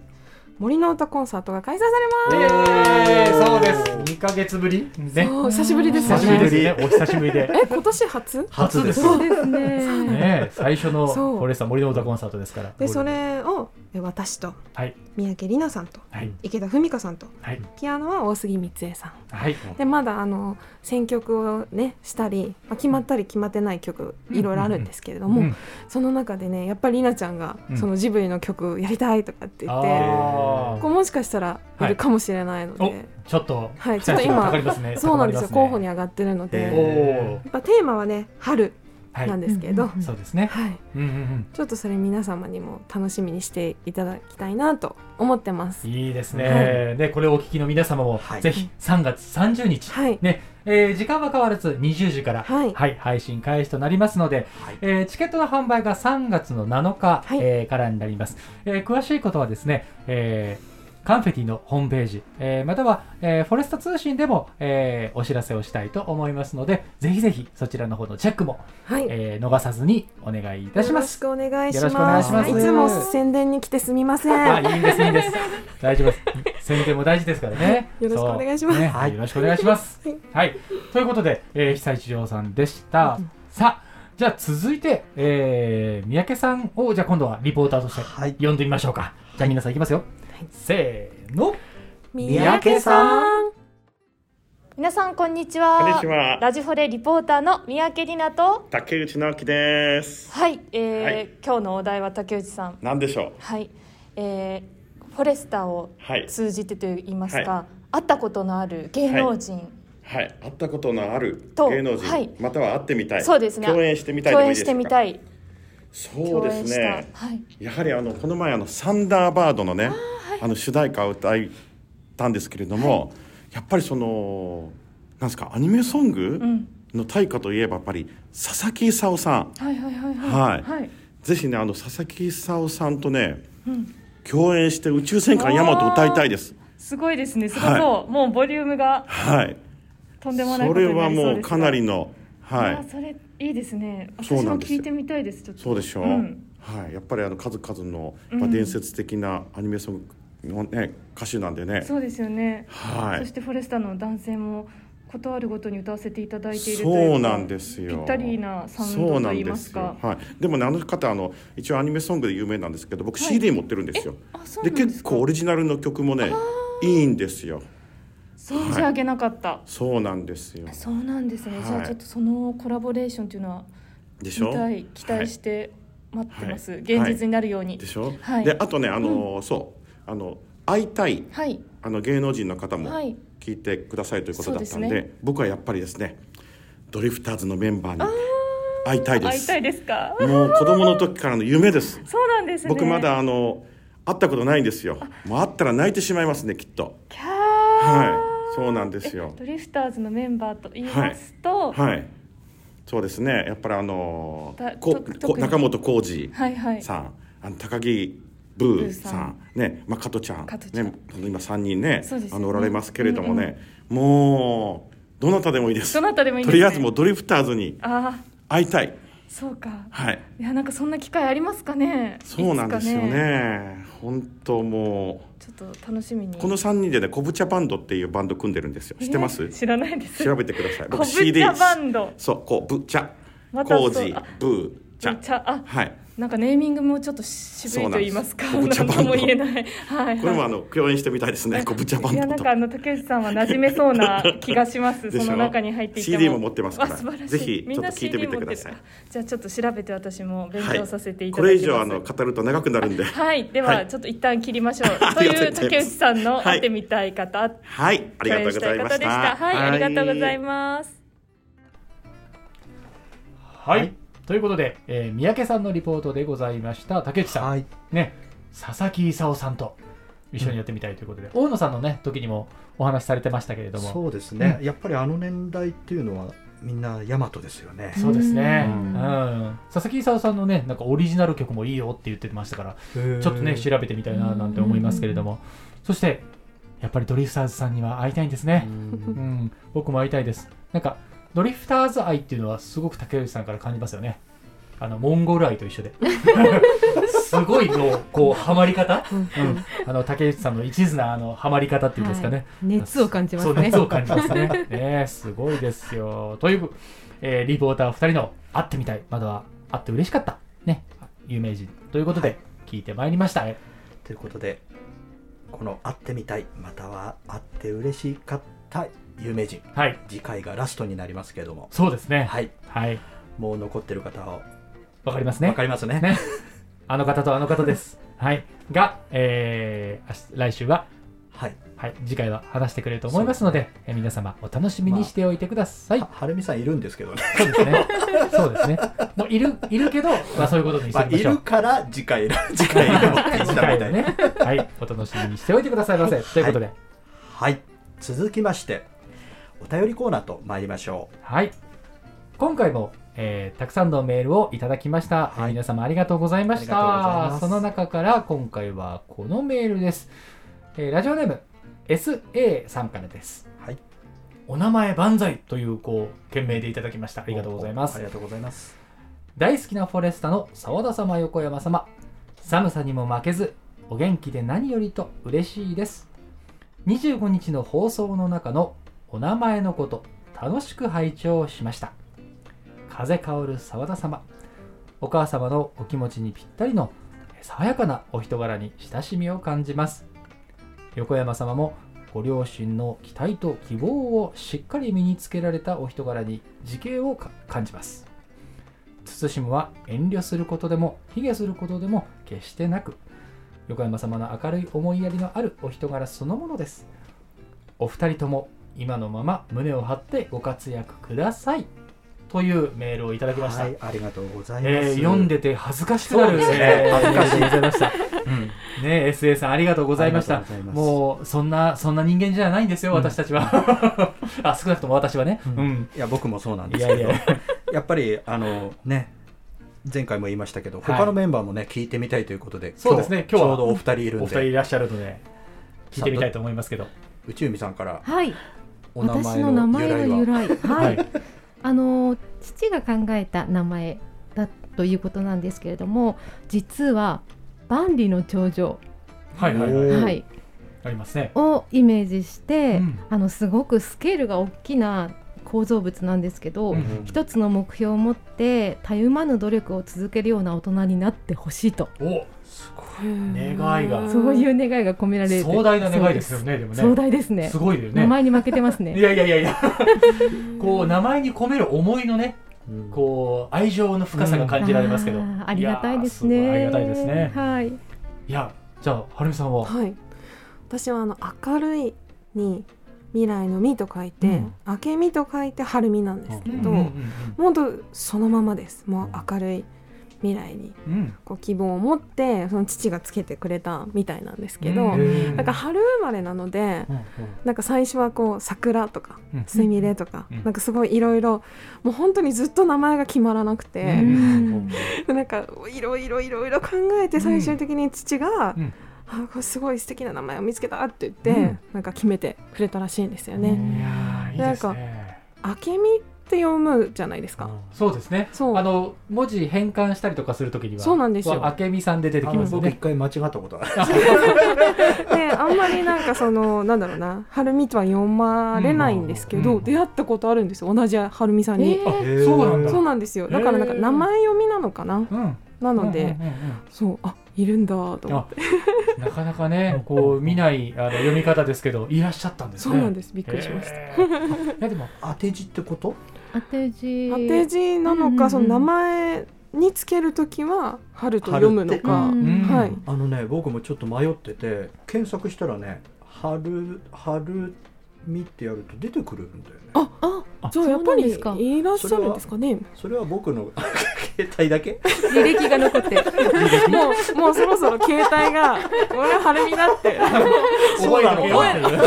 Speaker 5: 森の歌コンサートが開催さ
Speaker 2: え
Speaker 5: れます、
Speaker 2: ーそうです。
Speaker 1: 二ヶ月ぶり
Speaker 2: ね
Speaker 5: そう久しぶりですよ
Speaker 2: 久しぶり
Speaker 5: ね
Speaker 2: ですね。お久しぶりで。
Speaker 5: え今年初
Speaker 1: 初です
Speaker 4: そうですね。
Speaker 2: ね最初の
Speaker 5: そう
Speaker 2: フォレスタ森の歌コンサートですから。
Speaker 5: でそれをえ私と
Speaker 2: はい
Speaker 5: 三宅里奈さんと
Speaker 2: はい
Speaker 5: 池田文香さんと
Speaker 2: はい
Speaker 5: ピアノは大杉光恵さん
Speaker 2: はい。
Speaker 5: でまだあの選曲をねしたり、まあ、決まったり決まってない曲
Speaker 2: うん
Speaker 5: いろいろあるんですけれども、
Speaker 2: うん
Speaker 5: その中でねやっぱりりなちゃんが
Speaker 2: うん
Speaker 5: そのジブリの曲やりたいとかって言って、
Speaker 2: あー
Speaker 5: こうもしかしたらいるかもしれないので、
Speaker 2: おちょっと
Speaker 5: はいちょっと今
Speaker 2: かかりますね。
Speaker 5: そうなんですよ
Speaker 2: 高ま
Speaker 5: 候補
Speaker 2: り
Speaker 5: に上がってるので、
Speaker 1: え
Speaker 2: ます
Speaker 1: ー
Speaker 5: や
Speaker 2: ね。
Speaker 5: っぱテーマはね春
Speaker 2: おお
Speaker 5: なん
Speaker 2: は
Speaker 5: ですけれど、
Speaker 4: うんうん
Speaker 2: い。そうですね。
Speaker 5: はい、
Speaker 2: うんうん
Speaker 5: ちょっとそれ皆様にも楽しみにしていただきたいなと思ってます
Speaker 2: うん。。いいですね。でこれをお聞きの皆様も
Speaker 1: はい
Speaker 2: ぜひ3月30日
Speaker 5: はい、
Speaker 2: ねえー時間は変わらず20時から
Speaker 5: はい
Speaker 2: はい配信開始となりますので
Speaker 1: はい
Speaker 2: えーチケットの販売が3月の7日、
Speaker 5: はい
Speaker 2: えーからになります、えー詳しいことはですね、えーカンフェティのホームページ、えーまたは、えーフォレスト通信でも、えーお知らせをしたいと思いますのでぜひぜひそちらの方のチェックも、
Speaker 5: はい、
Speaker 2: えー逃さずにお願いいたします
Speaker 5: よろしくお願いし
Speaker 2: よろしくお願
Speaker 5: ま
Speaker 2: い
Speaker 5: す。
Speaker 2: し
Speaker 5: ま
Speaker 2: ますす
Speaker 5: いつも宣伝に来てすみませ
Speaker 2: あ
Speaker 5: ん。
Speaker 2: いいんですいいんです大丈夫です宣伝も大事ですからね
Speaker 5: よろしくお願いします
Speaker 2: そうね
Speaker 1: はい
Speaker 2: よろしくお願いします
Speaker 5: はい
Speaker 2: はいということで、えー、久石譲さんでした、さあじゃあ続いて、えー、三宅さんをじゃあ今度はリポーターとして
Speaker 1: はい
Speaker 2: 呼んでみましょうか、じゃあ皆さんいきますよ、せーの
Speaker 1: 三宅さ
Speaker 5: ん。
Speaker 8: 皆さんこんにち
Speaker 6: こん
Speaker 8: は
Speaker 6: にちは
Speaker 8: ラジフォレリポーターの三宅里奈と
Speaker 6: 竹内直樹です
Speaker 8: はい、えー
Speaker 6: はい
Speaker 8: 今日のお題は竹内さん
Speaker 6: 何でしょう
Speaker 8: はい、えー、フォレスターを
Speaker 6: はい
Speaker 8: 通じてといいますか、
Speaker 6: は
Speaker 8: 会ったことのある芸能人、
Speaker 6: はい会ったことのある
Speaker 8: と
Speaker 6: 芸能人、
Speaker 8: はい
Speaker 6: または会ってみたい
Speaker 8: そうですね
Speaker 6: 共演してみたいで
Speaker 8: 共
Speaker 6: もいい
Speaker 8: 演
Speaker 6: で
Speaker 8: し
Speaker 6: す
Speaker 8: て
Speaker 6: か
Speaker 8: みたい
Speaker 6: そうです
Speaker 8: 共演
Speaker 6: ね
Speaker 8: したはい
Speaker 6: やはりあのこの前あのサンダーバードのねあ、の主題歌を歌いたんですけれども、やっぱりそのなんですかアニメソング
Speaker 8: ん
Speaker 6: の大家といえばやっぱり佐々木功さん、
Speaker 8: はいはいはい
Speaker 6: はい
Speaker 8: はい
Speaker 6: ぜひねあの佐々木功さんとね、共演して宇宙戦艦ヤマト歌いたいです
Speaker 8: すごいですねすごそう、もうボリュームが
Speaker 6: はい
Speaker 8: とんでもない
Speaker 6: そ
Speaker 8: こと
Speaker 6: れ
Speaker 8: にな
Speaker 6: は
Speaker 8: りそう
Speaker 6: も
Speaker 8: です
Speaker 6: う
Speaker 8: が
Speaker 6: かなりのは
Speaker 8: あ
Speaker 6: い
Speaker 8: ーそれいいですね
Speaker 6: そう
Speaker 8: 私
Speaker 6: なん
Speaker 8: も
Speaker 6: ですよ
Speaker 8: 聞いてみたいですちょっと
Speaker 6: そうでしょう、
Speaker 8: ん
Speaker 6: はいやっぱりあの数々のやっぱ伝説的なアニメソングのね歌手なんでね、
Speaker 8: そうですよね
Speaker 6: はい
Speaker 8: そしてフォレスタの男性もことあるごとに歌わせていただいているという
Speaker 6: そう
Speaker 8: の
Speaker 6: な
Speaker 8: が
Speaker 6: んですよ
Speaker 8: ぴったりなサウンドといいますか
Speaker 6: そうなんですよはい、でもねあの方あの一応アニメソングで有名なんですけど僕 CD 持ってるんですよ、
Speaker 8: あそうな
Speaker 6: で
Speaker 8: んで
Speaker 6: 結
Speaker 8: すか
Speaker 6: 構オリジナルの曲もねいいんですよ
Speaker 8: 存じ上げなかった、
Speaker 6: そうなんですよ
Speaker 8: そうなんですね、
Speaker 6: はい
Speaker 8: じゃあちょっとそのコラボレーションというのは
Speaker 6: でしょ
Speaker 8: 見たい期待して待ってます、
Speaker 6: はい
Speaker 8: 現実になるよう
Speaker 6: はい
Speaker 8: に
Speaker 6: でしょ、
Speaker 8: はい
Speaker 6: であとねあの、そうあの会いたい
Speaker 8: はい
Speaker 6: あの芸能人の方も
Speaker 8: はい
Speaker 6: 聞いてくださいということだったんで,、
Speaker 8: そうですね
Speaker 6: 僕はやっぱりですねドリフターズのメンバーに会いたいで
Speaker 8: 会い
Speaker 6: す
Speaker 8: たいですか
Speaker 6: もう子供の時からの夢です
Speaker 8: そうなんですね
Speaker 6: 僕まだあの会ったことないんですよもう会ったら泣いてしまいますねきっと
Speaker 8: キャー
Speaker 6: はいそうなんですよ
Speaker 8: ドリフターズのメンバーと言いますと、はい、
Speaker 6: はいそうですねやっぱりあの
Speaker 8: だ
Speaker 6: こと
Speaker 8: 特
Speaker 6: こ
Speaker 8: に
Speaker 6: 中本浩二
Speaker 8: はい
Speaker 6: さん、あの高木ブ
Speaker 8: ブ
Speaker 6: ー
Speaker 8: ー
Speaker 6: さ
Speaker 8: さ
Speaker 6: ん
Speaker 8: ん
Speaker 6: ねまあ、加トちゃん
Speaker 8: 加トちゃん
Speaker 6: ね、あの今3人ね
Speaker 8: そうですよ
Speaker 6: あ
Speaker 8: ね
Speaker 6: のおられますけれどもね、もうどなたでもいいです
Speaker 8: どなたでもいいです
Speaker 6: と
Speaker 8: ね
Speaker 6: りあえずもうドリフターズに
Speaker 8: ああ
Speaker 6: 会いたい
Speaker 8: そうか
Speaker 6: はい
Speaker 8: いやなんかそんな機会ありますかね
Speaker 6: そうなんですよ
Speaker 8: いつか
Speaker 6: ね本当もう
Speaker 8: ちょっと楽しみに
Speaker 6: この3人でねコブチャバンドっていうバンド組んでるんですよ知ってます、
Speaker 8: えー知らないです
Speaker 6: 調べてください
Speaker 8: こぶ茶バンド
Speaker 6: そうこうぶちゃ
Speaker 8: また
Speaker 6: こ
Speaker 8: そう
Speaker 6: うじ
Speaker 8: あ
Speaker 6: ぶ
Speaker 8: 茶
Speaker 6: 茶
Speaker 8: あ
Speaker 6: はい
Speaker 8: なんかネーミングもちょっと渋いと言いますか
Speaker 6: そうなんです
Speaker 8: 何
Speaker 6: こぶ茶バ
Speaker 8: と
Speaker 6: ンド
Speaker 8: も言えないはい
Speaker 6: これもあの共演してみたいですねこうぶちゃバン
Speaker 8: いや
Speaker 6: ド
Speaker 8: なん
Speaker 6: と
Speaker 8: かあの竹内さんは馴染めそう な気がします
Speaker 6: でしょ
Speaker 8: その中に入っていても
Speaker 6: CD も持ってますから
Speaker 8: あ素晴らしい
Speaker 6: ぜひ
Speaker 8: みんな
Speaker 6: ちょっと聞いてみて
Speaker 8: CD 持っ
Speaker 6: ください
Speaker 8: あじゃあちょっと調べて私も勉強させていた
Speaker 6: こ
Speaker 8: だき
Speaker 6: れ
Speaker 8: ま
Speaker 6: 以
Speaker 8: す、
Speaker 6: 上あの語ると長くなるんで
Speaker 8: はいで
Speaker 6: は
Speaker 8: はいちょっと一旦切りましょう、
Speaker 6: あ
Speaker 8: と
Speaker 6: りがとうござ
Speaker 8: い
Speaker 6: いま
Speaker 8: う
Speaker 6: す
Speaker 8: 竹内さんの
Speaker 6: はい
Speaker 8: 会ってみたい方、
Speaker 6: はいありがとうございました
Speaker 8: はい、ありがとうございます。
Speaker 2: はい、ということで、えー三宅さんのリポートでございました竹内さん、
Speaker 1: はい
Speaker 2: ね佐々木功さんと一緒にやってみたいということで、大野さんのね時にもお話しされてましたけれども
Speaker 1: そうですね、やっぱりあの年代っていうのはみんな大和ですよね、
Speaker 2: そうですね、う
Speaker 1: うんん
Speaker 2: 佐々木功さんのねなんかオリジナル曲もいいよって言ってましたから
Speaker 1: ちょ
Speaker 2: ちょっとね調べてみたいななんて思いますけれども、そしてやっぱりドリフターズさんには会いたいんですね、うん僕も会いたいですなんかドリフターズ愛っていうのはすごく竹内さんから感じますよねあのモンゴル愛と一緒 ですごいのこうハマり方、うんあの竹内さんの一途なあのハマり方っていうんですかね、
Speaker 4: 熱を感じます
Speaker 2: そう
Speaker 4: ね
Speaker 2: 熱を感じますね。 ねえすごいですよ。という、えーリポーター2人の会ってみたい、まだは会って嬉しかった、ね、有名人ということで、聞いてまいりました。え
Speaker 1: ということでこの会ってみたいまたは会って嬉しかった有名人
Speaker 2: はい、
Speaker 1: 次回がラストになりますけれども
Speaker 2: そうですね。はい、
Speaker 1: はい
Speaker 2: わ、
Speaker 1: もう残ってる方は
Speaker 2: かります
Speaker 1: 分
Speaker 2: ね
Speaker 1: か。りますね
Speaker 2: ねあの方とあの方です。はい、が、えー明日来週は、
Speaker 1: はい
Speaker 2: はい、次回は話してくれると思いますので、えー皆様お楽しみにしておいてください。
Speaker 1: ははるみさんいるんですけどね、
Speaker 2: そうですね。そうですね。もういる、いるけど、まあそういうことにして
Speaker 1: まあ、
Speaker 2: おきま
Speaker 1: い
Speaker 2: しょう
Speaker 1: る。から次回 次回でもいいんだみ
Speaker 2: 次
Speaker 1: たい
Speaker 2: 回
Speaker 1: な
Speaker 2: はね、はい、お楽しみにしておいてくださいませ。ということで、
Speaker 1: はい続きましてお便りコーナーと参りましょ
Speaker 2: はい、今回も、えーたくさんのメールをいただきました。
Speaker 1: はい
Speaker 2: 皆様ありがとうございま
Speaker 1: あ
Speaker 2: し
Speaker 1: りがとうござい
Speaker 2: た。
Speaker 1: ます
Speaker 2: その中から今回はこのメールです。えーラジオネーム SA さんからです。
Speaker 1: はい、
Speaker 2: お名前万歳というこう件名でいただきました。あ
Speaker 1: う
Speaker 2: りがとうございま
Speaker 1: あ
Speaker 2: す
Speaker 1: り。がとうございます
Speaker 2: 大好きなフォレスタの澤田様横山様寒さにも負けずお元気で何よりと嬉しいです25日の放送の中のお名前のこと楽しく拝聴しました風薫る澤田様お母様のお気持ちにぴったりの爽やかなお人柄に親しみを感じます横山様もご両親の期待と希望をしっかり身につけられたお人柄に時恵をか感じます慎むは遠慮することでも卑下することでも決してなく横山様の明るい思いやりのあるお人柄そのものですお二人とも今のまま胸を張ってご活躍くださいというメールをいただきました、
Speaker 1: はいありがとうございます、
Speaker 2: えー読んでて恥ずかしくなる
Speaker 1: そうですね恥ずかしい
Speaker 2: いございました。ね SA さんありがとうご
Speaker 1: ご
Speaker 2: ざいまし
Speaker 1: う
Speaker 2: た。もうそんなそんな人間じゃないんですよ、
Speaker 1: うん
Speaker 2: 私たちは。 あ少なくとも私はね。う
Speaker 1: うん
Speaker 2: ん。
Speaker 1: いや僕もそうなんで
Speaker 2: い
Speaker 1: す
Speaker 2: や
Speaker 1: け
Speaker 2: い
Speaker 1: ど
Speaker 2: や。
Speaker 1: やっぱりあのね前回も言いましたけど
Speaker 2: はい
Speaker 1: 他のメンバーもね、聞いてみたいということで
Speaker 2: そうですね今日
Speaker 1: ち
Speaker 2: は
Speaker 1: ょうどお二人いるん
Speaker 2: お二人
Speaker 1: で
Speaker 2: いらっしゃるので聞いてみたいと思いますけど。
Speaker 1: 内海さんから
Speaker 4: はい
Speaker 1: お名
Speaker 4: 私
Speaker 1: 前
Speaker 4: の名
Speaker 1: の由
Speaker 4: 前
Speaker 1: 来
Speaker 4: の
Speaker 1: は
Speaker 4: 由来はい、。あの父が考えた名前だということなんですけれども実は万里の長城、
Speaker 2: はいはいはい。
Speaker 1: おー
Speaker 4: はい、
Speaker 2: ありますね。
Speaker 4: をイメージして、
Speaker 2: うん
Speaker 4: あのすごくスケールが大きな構造物なんですけど、
Speaker 2: うん
Speaker 4: 一つの目標を持ってたゆまぬ努力を続けるような大人になってほしいと、
Speaker 2: お
Speaker 5: 願
Speaker 2: いがうん
Speaker 4: そういうう願いが込められて
Speaker 2: 壮大な願いですよ
Speaker 4: そう
Speaker 2: ねでもね。
Speaker 4: です壮大ですね
Speaker 2: すごいよ
Speaker 4: 名
Speaker 2: ね。
Speaker 4: 前に負けてます
Speaker 2: い
Speaker 4: ね
Speaker 2: やいやいやい や。こう名前に込める思いのね
Speaker 1: うん
Speaker 2: こう愛情の深さが感じられますけど
Speaker 4: あ。ーありがたいです
Speaker 2: や
Speaker 4: ね
Speaker 2: ーごいありがたいですね。
Speaker 4: はい
Speaker 2: いやじゃあはるみさんは。
Speaker 5: はい私はあの明るいに未来の実と書いて、
Speaker 2: うん
Speaker 5: 明けみと書いて春みなんですけど、
Speaker 2: うんうん
Speaker 5: もう本当そのままですもう明るい未来に
Speaker 2: うんうん
Speaker 5: こう希望を持ってその父がつけてくれたみたいなんですけど、
Speaker 2: うんへー
Speaker 5: なんか春生まれなので
Speaker 2: うんうん
Speaker 5: なんか最初はこう桜とか
Speaker 2: うん
Speaker 5: スミレとか、
Speaker 2: うん
Speaker 5: なんかすごいいろいろもう本当にずっと名前が決まらなくて、
Speaker 2: うん
Speaker 5: なんかいろいろいろいろ考えて最終的に父が「
Speaker 2: うん
Speaker 5: あこれすごい素敵な名前を見つけた」って言って、
Speaker 2: うん
Speaker 5: なんか決めてくれたらしいんですよ
Speaker 2: い
Speaker 5: ね。
Speaker 2: やーいいですね。
Speaker 5: あけみって読むじゃないですか。
Speaker 2: そうですね。
Speaker 5: そう
Speaker 2: あの文字変換したりとかするときには、
Speaker 5: そうなんですよ
Speaker 2: わあけみさんで出て
Speaker 1: あ
Speaker 2: き
Speaker 1: の
Speaker 2: ますよ
Speaker 1: 僕一
Speaker 2: ね。
Speaker 1: 回間違ったことある
Speaker 5: であんまりなんかそのなんだろうな春美とは読まれないんですけど、
Speaker 2: うん
Speaker 5: 出会ったことあるんですよ同じ春美さん
Speaker 4: え
Speaker 5: に、
Speaker 4: ー
Speaker 2: そうなんだ
Speaker 5: そうなんですよだからなんか
Speaker 2: へー
Speaker 5: 名前読みなのかな
Speaker 2: うん。
Speaker 5: なので、
Speaker 2: うんうんうんうん
Speaker 5: そうあいるんだと思って
Speaker 2: なかなかね、こう見ないあの読み方ですけど、いらっしゃったんです
Speaker 5: そ
Speaker 2: ね。
Speaker 5: うなん
Speaker 2: す。
Speaker 5: ですびっくりしました、
Speaker 2: いやでも、
Speaker 1: 当て字ってこと
Speaker 4: 当て字
Speaker 5: 当て字なのか、
Speaker 4: うんうんうん
Speaker 5: その名前につけるときは春と読むのか、
Speaker 4: 春って
Speaker 2: うん
Speaker 5: はい
Speaker 1: あのね僕もちょっと迷ってて検索したらね「春春み」ってやると出てくるんだよね
Speaker 5: あじゃあやっ
Speaker 4: そ
Speaker 5: ぱ
Speaker 4: うなんですか
Speaker 5: りいらっしゃるんですかね
Speaker 1: それは僕の 携帯だけ
Speaker 4: 履歴が残って
Speaker 5: もうもうそろそろ携帯が俺は晴れになって
Speaker 1: 覚えなきゃっていう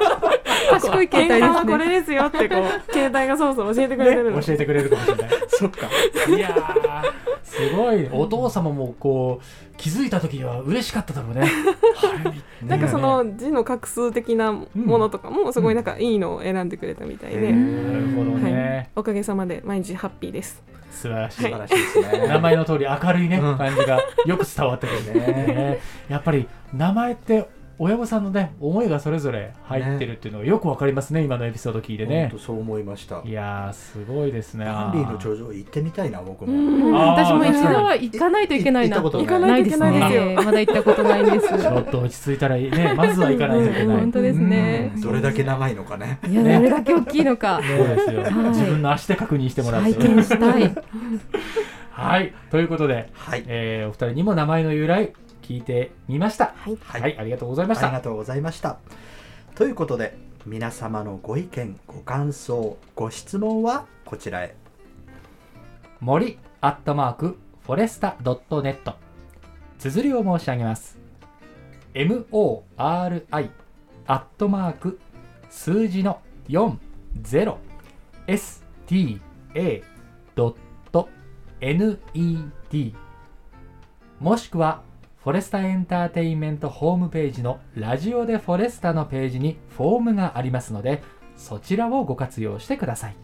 Speaker 4: 賢い携
Speaker 5: 玄
Speaker 4: 帯
Speaker 5: 関は
Speaker 4: です
Speaker 5: これ
Speaker 4: ね
Speaker 5: ですよってこう携帯がそろそろ教えてくれてるの、
Speaker 2: 教えてくれるかもしれない
Speaker 1: そっか
Speaker 2: いやーすごいお父様もこう気づいた時には嬉しかっただろうね。
Speaker 5: なんかそ
Speaker 2: ね
Speaker 5: の字の画数的なものとかもすごいなんかいいのを選んでくれたみたいで、
Speaker 2: なるほど
Speaker 5: はい
Speaker 2: ね、、
Speaker 5: おかげさまで毎日ハッピーです
Speaker 2: 素晴らし
Speaker 1: 素
Speaker 2: い
Speaker 1: 晴。らしいですね
Speaker 2: 名前の通り明るいね、
Speaker 1: うん
Speaker 2: 感じがよく伝わってくる ね。やっぱり名前って親御さんのね思いがそれぞれ入ってるっていうのがよくわかりますね今のエピソード聞いてね
Speaker 1: 本当。そう思いました
Speaker 2: いやーすごいですね。
Speaker 1: ダンディの頂上行ってみたいな僕も、
Speaker 4: うん
Speaker 2: あー
Speaker 4: 私も一度は行かないといけないな
Speaker 1: 行ったこと
Speaker 5: ない
Speaker 4: ないですねまだ行ったことないんです
Speaker 2: ちょっと落ち着いたらいいねまずは行かないといけない。
Speaker 4: 本当ですね
Speaker 1: どれだけ長いのかね
Speaker 4: いやどれだけ大きいのか
Speaker 2: そうですよ、
Speaker 4: はい
Speaker 2: 自分の足で確認してもらう
Speaker 4: 体験したい
Speaker 2: はいということで、
Speaker 1: はい
Speaker 2: えーお二人にも名前の由来聞いてみましたはい、
Speaker 1: はい
Speaker 2: ありがとうございまし
Speaker 1: ありが
Speaker 2: た
Speaker 1: とうございましたということで皆様のご意見ご感想ご質問はこちらへ
Speaker 2: 森アットマークフォレスタ .net 綴りを申し上げます MORI アットマーク数字の 40sta.net もしくはフォレスタエンターテインメントホームページのラジオでフォレスタのページにフォームがありますのでそちらをご活用してください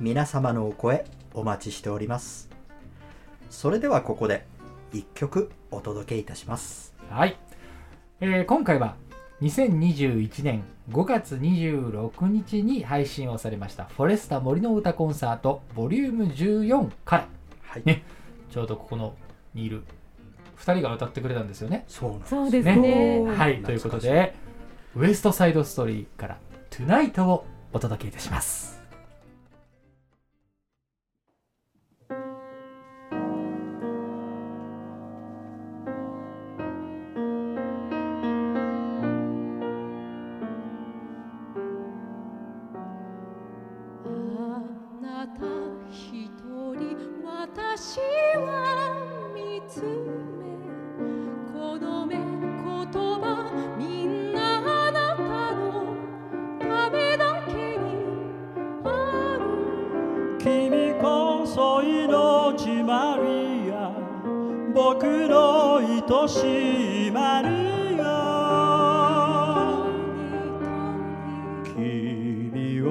Speaker 1: 皆様のお声お待ちしておりますそれではここで一曲お届けいたします
Speaker 2: はい、えー今回は2021年5月26日に配信をされました「フォレスタ森の歌コンサート Vol.14」から
Speaker 1: はい、
Speaker 2: ねちょうどここのにいる2人が歌ってくれたんですよね。
Speaker 1: そうなんです
Speaker 4: そうですね
Speaker 5: ね
Speaker 2: はいということで「ウエストサイドストーリー」から「トゥナイトをお届けいたします。
Speaker 9: 「あなたひとり私は見つめ」「この目言葉みんなあなたのためだけにある」
Speaker 3: 君こそ命マリア僕の愛しいマリア君を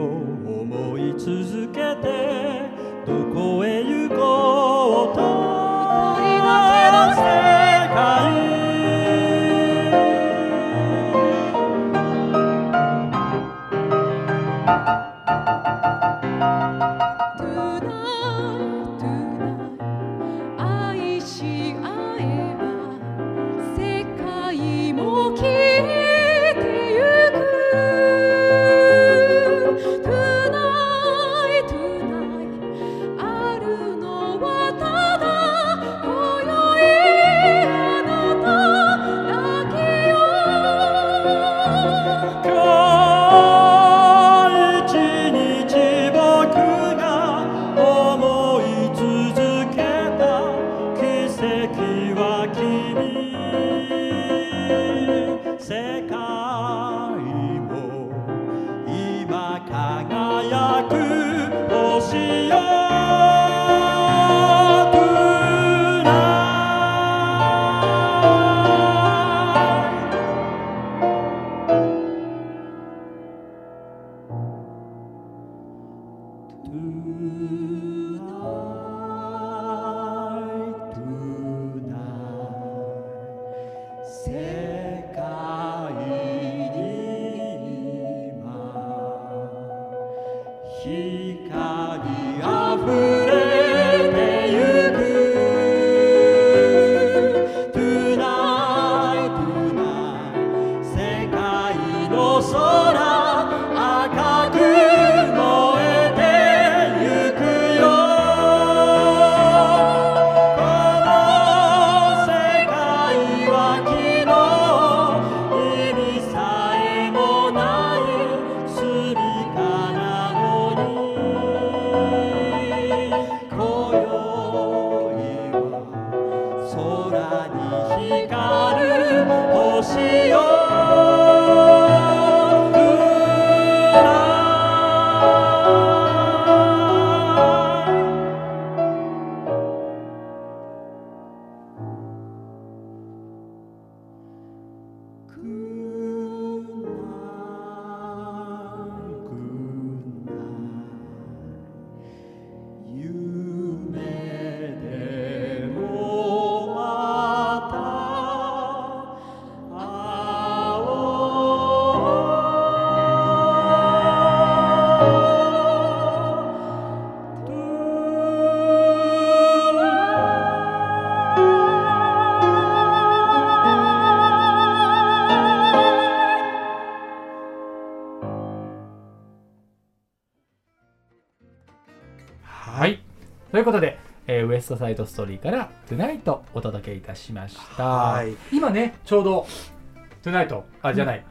Speaker 3: 思い続けてどこへ行こうと一人だけの世界
Speaker 9: 「トゥナイトゥナイ」「愛し合えば世界
Speaker 2: ということで、えーウエストサイドストーリーから「トゥナイト」お届けいたしました
Speaker 1: はい
Speaker 2: 今ねちょうど「トゥナイト」あじゃない、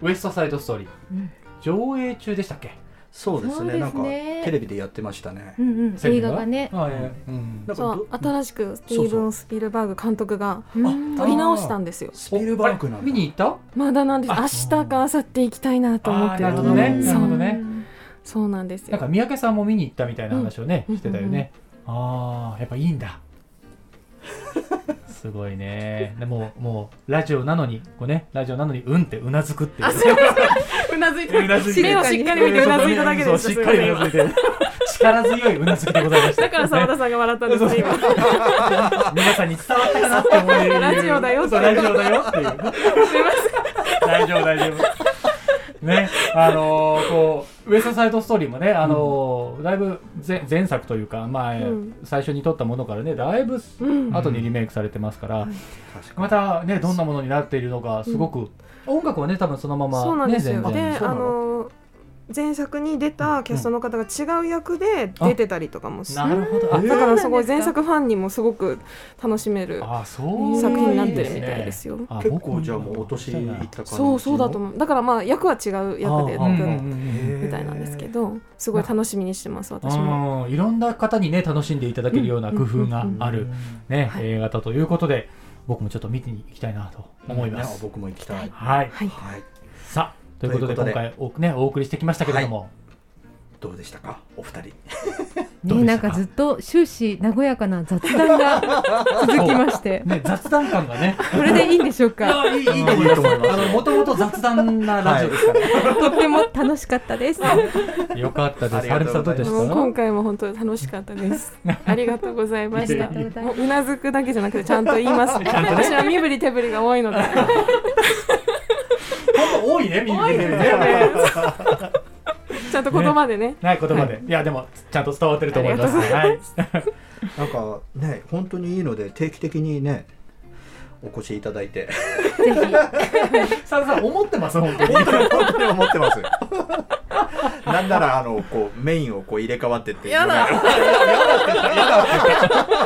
Speaker 2: ウエストサイドストーリー
Speaker 4: うん
Speaker 2: 上映中でしたっけ
Speaker 1: そうですね
Speaker 4: そうですね
Speaker 1: なんかテレビでやってましたね
Speaker 4: うんうん、映画がね。
Speaker 2: あいやう
Speaker 1: な
Speaker 2: ん
Speaker 1: んか
Speaker 5: そ
Speaker 1: ど
Speaker 5: う新しくスティーブン・スピルバーグ監督が
Speaker 4: うん
Speaker 5: 撮り直したんですよ
Speaker 1: スピルバーグな
Speaker 2: あ
Speaker 1: ん
Speaker 2: れ見
Speaker 1: だ
Speaker 2: に行った
Speaker 5: まだなんです
Speaker 2: あ
Speaker 5: 明日か明後日行きたいなと思って
Speaker 2: あーなるほどね
Speaker 5: そ
Speaker 2: な
Speaker 5: う
Speaker 2: るほどね
Speaker 5: そうなんです
Speaker 2: なん
Speaker 5: よ
Speaker 2: か三宅さんも見に行ったみたいな話をね、
Speaker 5: うん
Speaker 2: してたよね、ああやっぱいいん だすごいねでももうラジオなのにこうねラジオなのにうんってうなずくっていう
Speaker 5: うなずい
Speaker 2: えうなずいて
Speaker 5: 目をしっかり見てうなずいただけでした
Speaker 2: そうしっかりうなずい て力強いうなずきでございました
Speaker 5: だか ら澤田さんが笑ったんですね今
Speaker 2: 皆さんに伝わったかなって思える
Speaker 5: ラジオだよって
Speaker 2: そうラジオだよっていう大丈夫大丈夫ねあのーこうウエストサイドストーリーもねあのーだいぶ前前作というかまあ、
Speaker 5: ん
Speaker 2: 最初に撮ったものからねだいぶ
Speaker 5: うん
Speaker 2: 後にリメイクされてますから、
Speaker 1: 確か
Speaker 2: またねどんなものになっているのかすごく、音楽はね多分そのままね
Speaker 5: そうなんですよ。
Speaker 2: 全
Speaker 5: で、
Speaker 2: 然
Speaker 5: あの前作に出たキャストの方が違う役で出てたりとかもし、
Speaker 2: なるほどあ、
Speaker 5: だからすごい前作ファンにもすごく楽しめる
Speaker 2: あそう
Speaker 5: 作品になってるみたいですよ。
Speaker 2: あ
Speaker 1: に結構じゃあもうお年いった感じ
Speaker 5: そうそうだと
Speaker 1: 思
Speaker 5: 思う。だからまあ役は違う役で
Speaker 2: うんうんう
Speaker 5: 出
Speaker 2: ん
Speaker 5: たみたいなんですけど、すごい楽しみにしてます私も。
Speaker 2: うんいろんな方にね楽しんでいただけるような工夫がある、ね
Speaker 5: はい
Speaker 2: 映画だということで僕もちょっと見ていきたいなと思います。
Speaker 1: 僕も行きたい
Speaker 2: はい、
Speaker 5: はい。
Speaker 1: はい
Speaker 2: さあということで
Speaker 1: ということで
Speaker 2: 今回お,、ね、お送りしてきましたけれども、
Speaker 1: どうでしたかお二人
Speaker 2: どう
Speaker 4: ね、
Speaker 2: でし
Speaker 4: な
Speaker 2: た
Speaker 4: ん
Speaker 2: か
Speaker 4: かずっと終始和やかな雑談が続きまして、
Speaker 2: ね、雑談感がね
Speaker 4: これでいいんでしょうか。
Speaker 1: いいいいと思いま
Speaker 2: あのもともと雑談なラジオですから、
Speaker 4: とっても楽しかったです。
Speaker 2: よかったです。
Speaker 1: あ
Speaker 2: ハ
Speaker 1: りが
Speaker 2: ルさ
Speaker 1: とうござ
Speaker 2: んどう
Speaker 1: いま
Speaker 2: でし
Speaker 1: す
Speaker 5: もう今
Speaker 2: た
Speaker 5: 回も本当に楽しかっ たです。ありがとうございまし
Speaker 4: あ
Speaker 5: た
Speaker 4: りが。とうござい
Speaker 5: も
Speaker 4: ます
Speaker 5: ううなずくだけじゃなくてちゃんと言い ますね。私は身振り手振りが多いので。
Speaker 2: 多いね、みんなね。
Speaker 5: ちゃんと言葉でね。
Speaker 2: ない言葉で、い、やでもちゃんと伝わってると思います。はい、
Speaker 1: なんかね本当にいいので定期的にねお越しいただいて
Speaker 2: さださん思ってます 本当に。
Speaker 1: 本当に本当に思ってます なんならあのこうメインをこう入れ替わってってやだ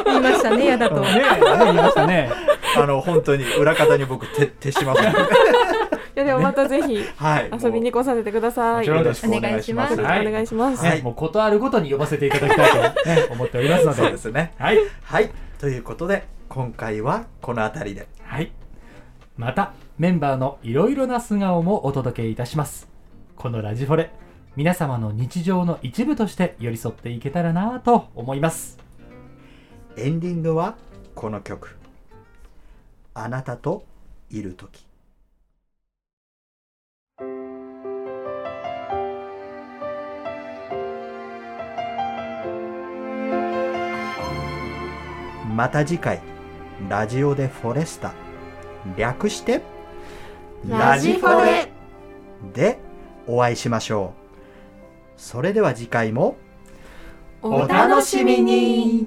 Speaker 4: 言いましたね、やだと。
Speaker 2: ね、言いましたね。
Speaker 1: あの本当に裏方に僕徹徹しますので
Speaker 5: いやでもまたぜひ
Speaker 1: はい
Speaker 5: 遊びに来させてくださ
Speaker 2: も
Speaker 5: い。
Speaker 2: ち
Speaker 5: よ
Speaker 2: ろ
Speaker 5: ろ
Speaker 2: ん
Speaker 5: し
Speaker 2: です。
Speaker 1: お願いします
Speaker 5: くお
Speaker 2: はい
Speaker 5: 願いします。
Speaker 1: は
Speaker 2: はいい、もう断るごとに呼ばせていただきたいと、ね、思っておりますので。
Speaker 1: そうですね
Speaker 2: はい、
Speaker 1: はいということで今回はこの辺りで
Speaker 2: はい。また、メンバーのいろいろな素顔もお届けいたします。このラジフォレ、皆様の日常の一部として寄り添っていけたらなぁと思います。
Speaker 1: エンディングはこの曲「あなたといる時」また次回ラジオでフォレスタ略して
Speaker 4: ラジフォレ
Speaker 1: でお会いしましょうそれでは次回も
Speaker 5: お
Speaker 1: 楽しみに